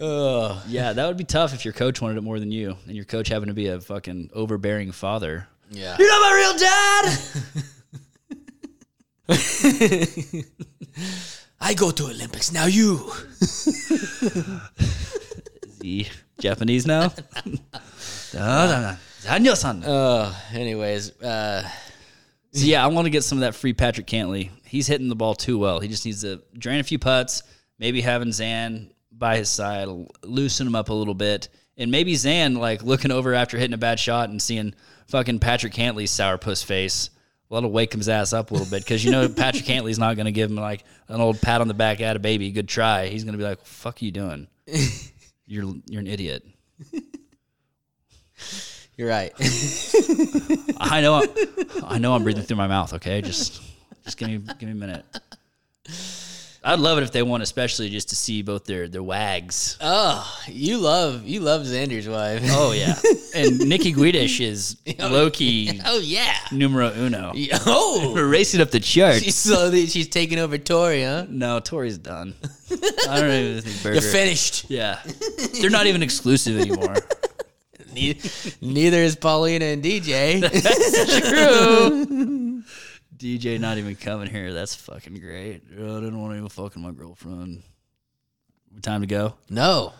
[SPEAKER 7] Ugh.
[SPEAKER 6] Yeah, that would be tough if your coach wanted it more than you, and your coach happened to be a fucking overbearing father.
[SPEAKER 7] Yeah.
[SPEAKER 11] You're not my real dad.
[SPEAKER 7] I go to Olympics now. You.
[SPEAKER 6] The Japanese now. No, no, no. Daniel-san.
[SPEAKER 7] Uh, anyways, uh,
[SPEAKER 6] So, yeah, I want to get some of that free Patrick Cantley. He's hitting the ball too well. He just needs to drain a few putts, maybe having Zan by his side, l- loosen him up a little bit, and maybe Zan like looking over after hitting a bad shot and seeing fucking Patrick Cantley's sourpuss face. That'll wake his ass up a little bit because you know Patrick Cantley's not going to give him like an old pat on the back, at a baby, good try. He's going to be like, "Fuck you doing? You're you're an idiot."
[SPEAKER 7] you're right.
[SPEAKER 6] I know, I'm, I know, I'm breathing through my mouth. Okay, just, just give me, give me a minute. I'd love it if they won, especially just to see both their their wags.
[SPEAKER 7] oh, you love you love Xander's wife.
[SPEAKER 6] Oh yeah, and Nikki Guidish is Loki
[SPEAKER 7] oh yeah.
[SPEAKER 6] numero uno.
[SPEAKER 7] Oh,
[SPEAKER 6] We're racing up the charts.
[SPEAKER 7] she's slowly she's taking over Tori, huh?
[SPEAKER 6] No, Tori's done. I don't even think Berger.
[SPEAKER 7] You're finished.
[SPEAKER 6] yeah, they're not even exclusive anymore.
[SPEAKER 7] Ne- Neither is Paulina and DJ.
[SPEAKER 6] DJ not even coming here. That's fucking great. I didn't want to even fucking my girlfriend. Time to go.
[SPEAKER 7] no.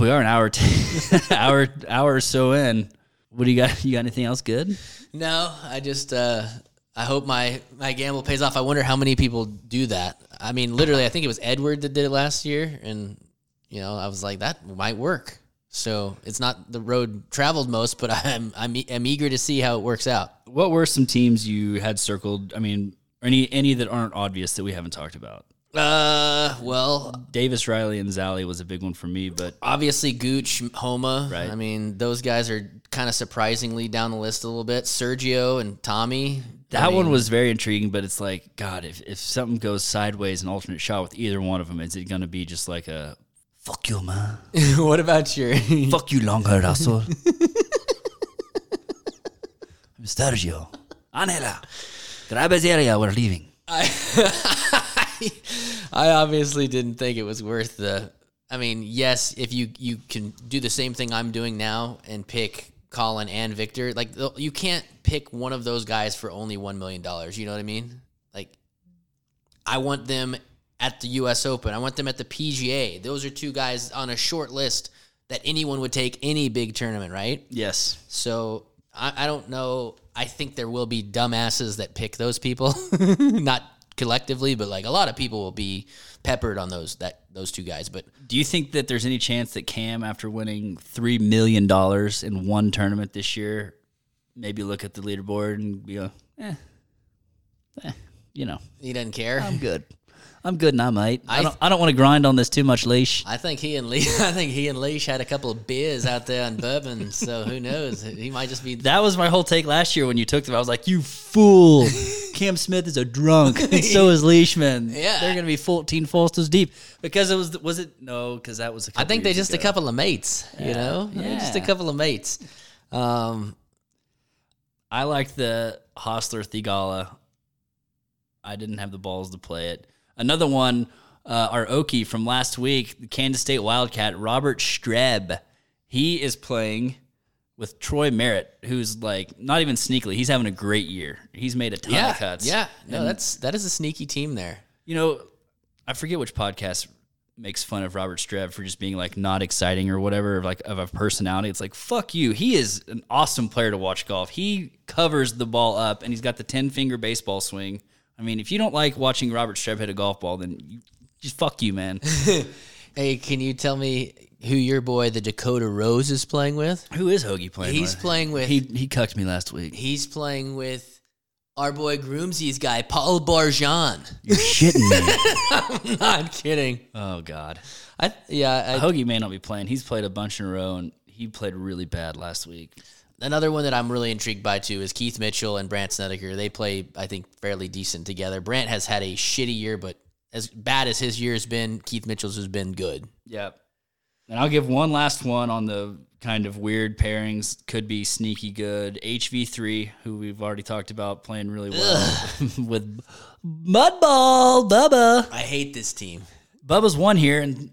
[SPEAKER 6] We are an hour, t- hour, hour or so in. What do you got? You got anything else good?
[SPEAKER 7] No, I just uh I hope my my gamble pays off. I wonder how many people do that. I mean, literally, I think it was Edward that did it last year and you know, I was like that might work. So, it's not the road traveled most, but I'm I'm, e- I'm eager to see how it works out.
[SPEAKER 6] What were some teams you had circled? I mean, any any that aren't obvious that we haven't talked about?
[SPEAKER 7] Uh, well,
[SPEAKER 6] Davis, Riley, and Zally was a big one for me, but
[SPEAKER 7] obviously Gooch, Homa.
[SPEAKER 6] Right.
[SPEAKER 7] I mean, those guys are kind of surprisingly down the list a little bit. Sergio and Tommy.
[SPEAKER 6] that one was very intriguing. But it's like, God, if if something goes sideways, an alternate shot with either one of them, is it going to be just like a fuck you, man?
[SPEAKER 7] what about your
[SPEAKER 6] Fuck you, longer Russell. I'm Sergio. Angela. Grab his area. We're leaving.
[SPEAKER 7] I, I obviously didn't think it was worth the. I mean, yes, if you you can do the same thing I'm doing now and pick Colin and Victor, like the- you can't pick one of those guys for only one million dollars. You know what I mean? Like, I want them at the U.S. Open. I want them at the PGA. Those are two guys on a short list that anyone would take any big tournament, right?
[SPEAKER 6] Yes.
[SPEAKER 7] So I, I don't know. I think there will be dumbasses that pick those people, not collectively, but like a lot of people will be peppered on those that those two guys. But
[SPEAKER 6] Do you think that there's any chance that Cam, after winning three million dollars in one tournament this year, maybe look at the leaderboard and be like, eh, eh, you know,
[SPEAKER 7] he doesn't care.
[SPEAKER 6] I'm good, I'm good, and I might. I,
[SPEAKER 7] I-
[SPEAKER 6] don't, I don't want to grind on this too much, leash.
[SPEAKER 7] I think he and Lee, I think he and Leash had a couple of beers out there on bourbon. So who knows? He might just be.
[SPEAKER 6] That was my whole take last year when you took them. I was like, you fool. Cam Smith is a drunk, and so is Leishman.
[SPEAKER 7] Yeah.
[SPEAKER 6] they're gonna be 14 Foster's deep because it was was it no because that was a
[SPEAKER 7] I
[SPEAKER 6] couple
[SPEAKER 7] think they
[SPEAKER 6] years
[SPEAKER 7] just a
[SPEAKER 6] ago.
[SPEAKER 7] couple of mates. You know, They're just a
[SPEAKER 6] Yeah.
[SPEAKER 7] couple of mates. Um,
[SPEAKER 6] I liked the Hostler Thigala. I didn't have the balls to play it. Another one, uh, our Okie from last week, the Kansas State Wildcat, Robert Streb. He is playing with Troy Merritt, who's like not even sneakily, he's having a great year. He's made a ton
[SPEAKER 7] yeah,
[SPEAKER 6] of cuts.
[SPEAKER 7] yeah. No,
[SPEAKER 6] And,
[SPEAKER 7] that's that is a sneaky team there.
[SPEAKER 6] you know, I forget which podcast makes fun of Robert Streb for just being like not exciting or whatever, like of a personality. It's like fuck you. He is an awesome player to watch golf. He covers the ball up and he's got the ten finger baseball swing. I mean, if you don't like watching Robert Streb hit a golf ball, then you, just fuck you, man.
[SPEAKER 7] Hey, can you tell me who your boy the Dakota Rose is playing with?
[SPEAKER 6] Who is Hoagie playing?
[SPEAKER 7] He's
[SPEAKER 6] with?
[SPEAKER 7] playing with
[SPEAKER 6] He he cucked me last week.
[SPEAKER 7] he's playing with our boy Groomsy's guy, Paul Barjan.
[SPEAKER 6] You're shitting me.
[SPEAKER 7] I'm not kidding.
[SPEAKER 6] Oh God.
[SPEAKER 7] I yeah, I,
[SPEAKER 6] Hoagie may not be playing. He's played a bunch in a row, and he played really bad last week.
[SPEAKER 7] another one that I'm really intrigued by too is Keith Mitchell and Brant Snedeker. They play, I think, fairly decent together. Brant has had a shitty year, but as bad as his year has been, Keith Mitchell's has been good.
[SPEAKER 6] Yep. And I'll give one last one on the kind of weird pairings. Could be sneaky good. HV3, who we've already talked about playing really well with Mudball Bubba.
[SPEAKER 7] I hate this team.
[SPEAKER 6] Bubba's one here, and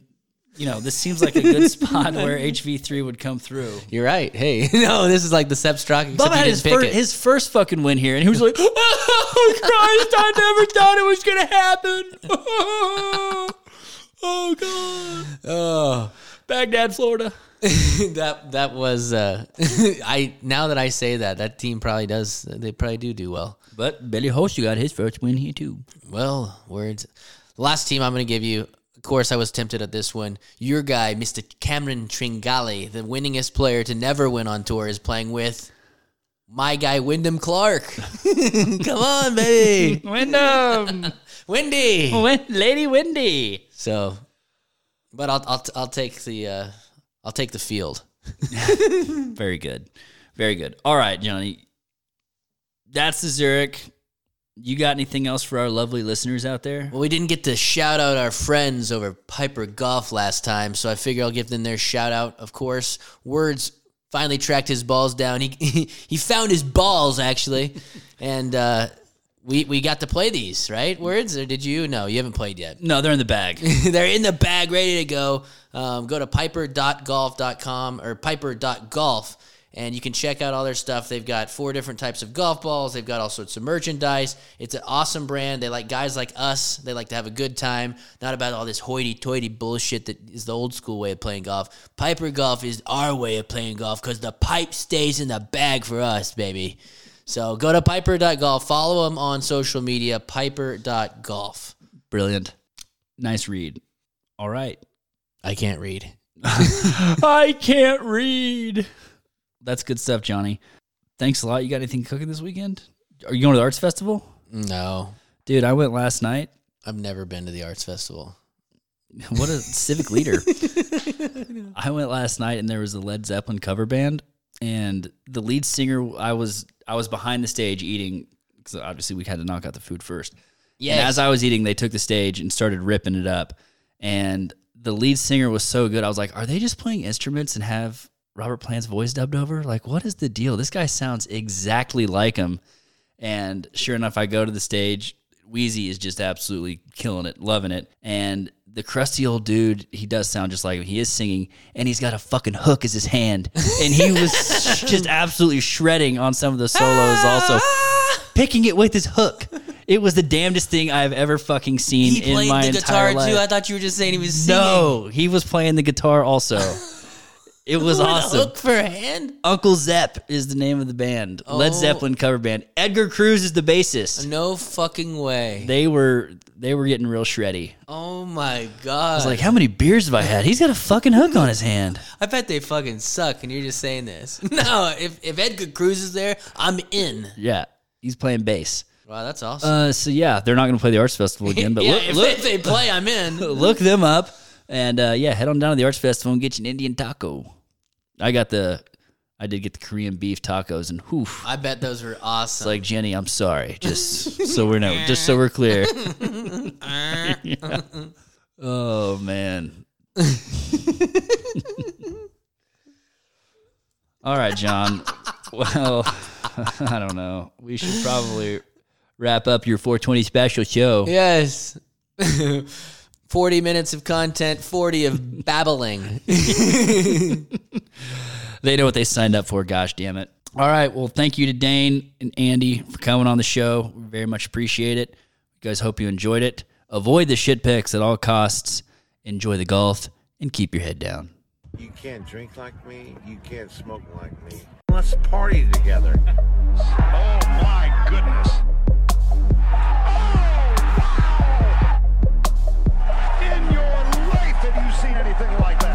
[SPEAKER 6] you know this seems like a good spot where HV3 would come through.
[SPEAKER 7] You're right. Hey, no, this is like the Sepp Straka.
[SPEAKER 6] Bubba had his, fir- his first fucking win here, and he was like, "Oh Christ, I never thought it was gonna happen." oh God,
[SPEAKER 7] oh,
[SPEAKER 6] Baghdad, Florida.
[SPEAKER 7] that that was. Uh, I now that I say that, that team probably does. They probably do do well.
[SPEAKER 6] But Billy Horsey got his first win here too.
[SPEAKER 7] Well, words. The last team I'm going to give you. Of course, I was tempted at this one. Your guy, Mr. Cameron Tringali, the winningest player to never win on tour, is playing with my guy Wyndham Clark. Come on, baby,
[SPEAKER 6] Wyndham,
[SPEAKER 7] Wendy.
[SPEAKER 6] Win- Lady Windy.
[SPEAKER 7] So, but I'll I'll, I'll take the uh, I'll take the field.
[SPEAKER 6] Very good, very good. All right, Johnny, that's the Zurich. You got anything else for our lovely listeners out there?
[SPEAKER 7] Well, we didn't get to shout out our friends over Piper Golf last time, so I figure I'll give them their shout out. Of course, Words finally tracked his balls down. He he, found his balls actually, and uh, we we got to play these right. Words or did you? No, you haven't played yet.
[SPEAKER 6] No, they're in the bag.
[SPEAKER 7] They're in the bag, ready to go. Um, go to piper.golf.com or piper.golf and you can check out all their stuff. They've got four different types of golf balls. They've got all sorts of merchandise. It's an awesome brand. They like guys like us. They like to have a good time, not about all this hoity toity bullshit that is the old school way of playing golf. Piper Golf is our way of playing golf because the pipe stays in the bag for us, baby. So go to piper.golf. Follow them on social media, piper.golf.
[SPEAKER 6] Brilliant, nice read. All right.
[SPEAKER 7] I can't read.
[SPEAKER 6] I can't read. That's good stuff, Johnny. Thanks a lot. You got anything cooking this weekend? Are you going to the arts festival?
[SPEAKER 7] No,
[SPEAKER 6] Dude, I went last night.
[SPEAKER 7] I've never been to the arts festival.
[SPEAKER 6] What a civic leader. I went last night and there was a Led Zeppelin cover band and the lead singer I was I was behind the stage eating cuz obviously we had to knock out the food first. Yeah. And as I was eating, they took the stage and started ripping it up. And the lead singer was so good. I was like, are they just playing instruments and have Robert Plant's voice dubbed over? Like, what is the deal? This guy sounds exactly like him. And sure enough, I go to the stage. Wheezy is just absolutely killing it, loving it. And the crusty old dude, he does sound just like him. He is singing, and he's got a fucking hook as his hand. And he was just absolutely shredding on some of the solos, also
[SPEAKER 7] Ah,
[SPEAKER 6] picking it with his hook. It was the damnedest thing I've ever fucking seen in my entire life.
[SPEAKER 7] thought you were just saying he was
[SPEAKER 6] no, he was playing the guitar also. It was awesome.
[SPEAKER 7] Look for a hand.
[SPEAKER 6] Uncle Zepp is the name of the band. Led
[SPEAKER 7] Oh.
[SPEAKER 6] Zeppelin cover band. Edgar Cruz is the bassist.
[SPEAKER 7] No fucking way.
[SPEAKER 6] They were they were getting real shreddy.
[SPEAKER 7] oh my
[SPEAKER 6] I
[SPEAKER 7] god!
[SPEAKER 6] was like, how many beers have I had? He's got a fucking hook on his hand.
[SPEAKER 7] I bet they fucking suck, and you're just saying this. no, if if Edgar Cruz is there, I'm in.
[SPEAKER 6] Yeah, he's playing bass.
[SPEAKER 7] Wow, that's awesome.
[SPEAKER 6] Uh, so yeah, they're not going to play the arts festival again, but
[SPEAKER 7] yeah,
[SPEAKER 6] look,
[SPEAKER 7] if,
[SPEAKER 6] look,
[SPEAKER 7] if they play, I'm in.
[SPEAKER 6] look them up, and uh, yeah, head on down to the arts festival and get you an Indian taco. I got the, I did get the Korean beef tacos, and whew,
[SPEAKER 7] I bet those were awesome.
[SPEAKER 6] it's like Jenny, I'm sorry, just so we're no, just so we're clear. Yeah. Oh man. All right, John. Well, I don't know. We should probably wrap up your 420 special show.
[SPEAKER 7] Yes. 40 minutes of content, 40 of babbling.
[SPEAKER 6] They know what they signed up for. Gosh damn it! All right. Well, thank you to Dane and Andy for coming on the show. We very much appreciate it. You guys, hope you enjoyed it. Avoid the shit picks at all costs. Enjoy the golf and keep your head down.
[SPEAKER 1] You can't drink like me. You can't smoke like me. Let's party together.
[SPEAKER 2] Oh my goodness. Oh wow! In your life have you seen anything like that?
[SPEAKER 3] uh, uh,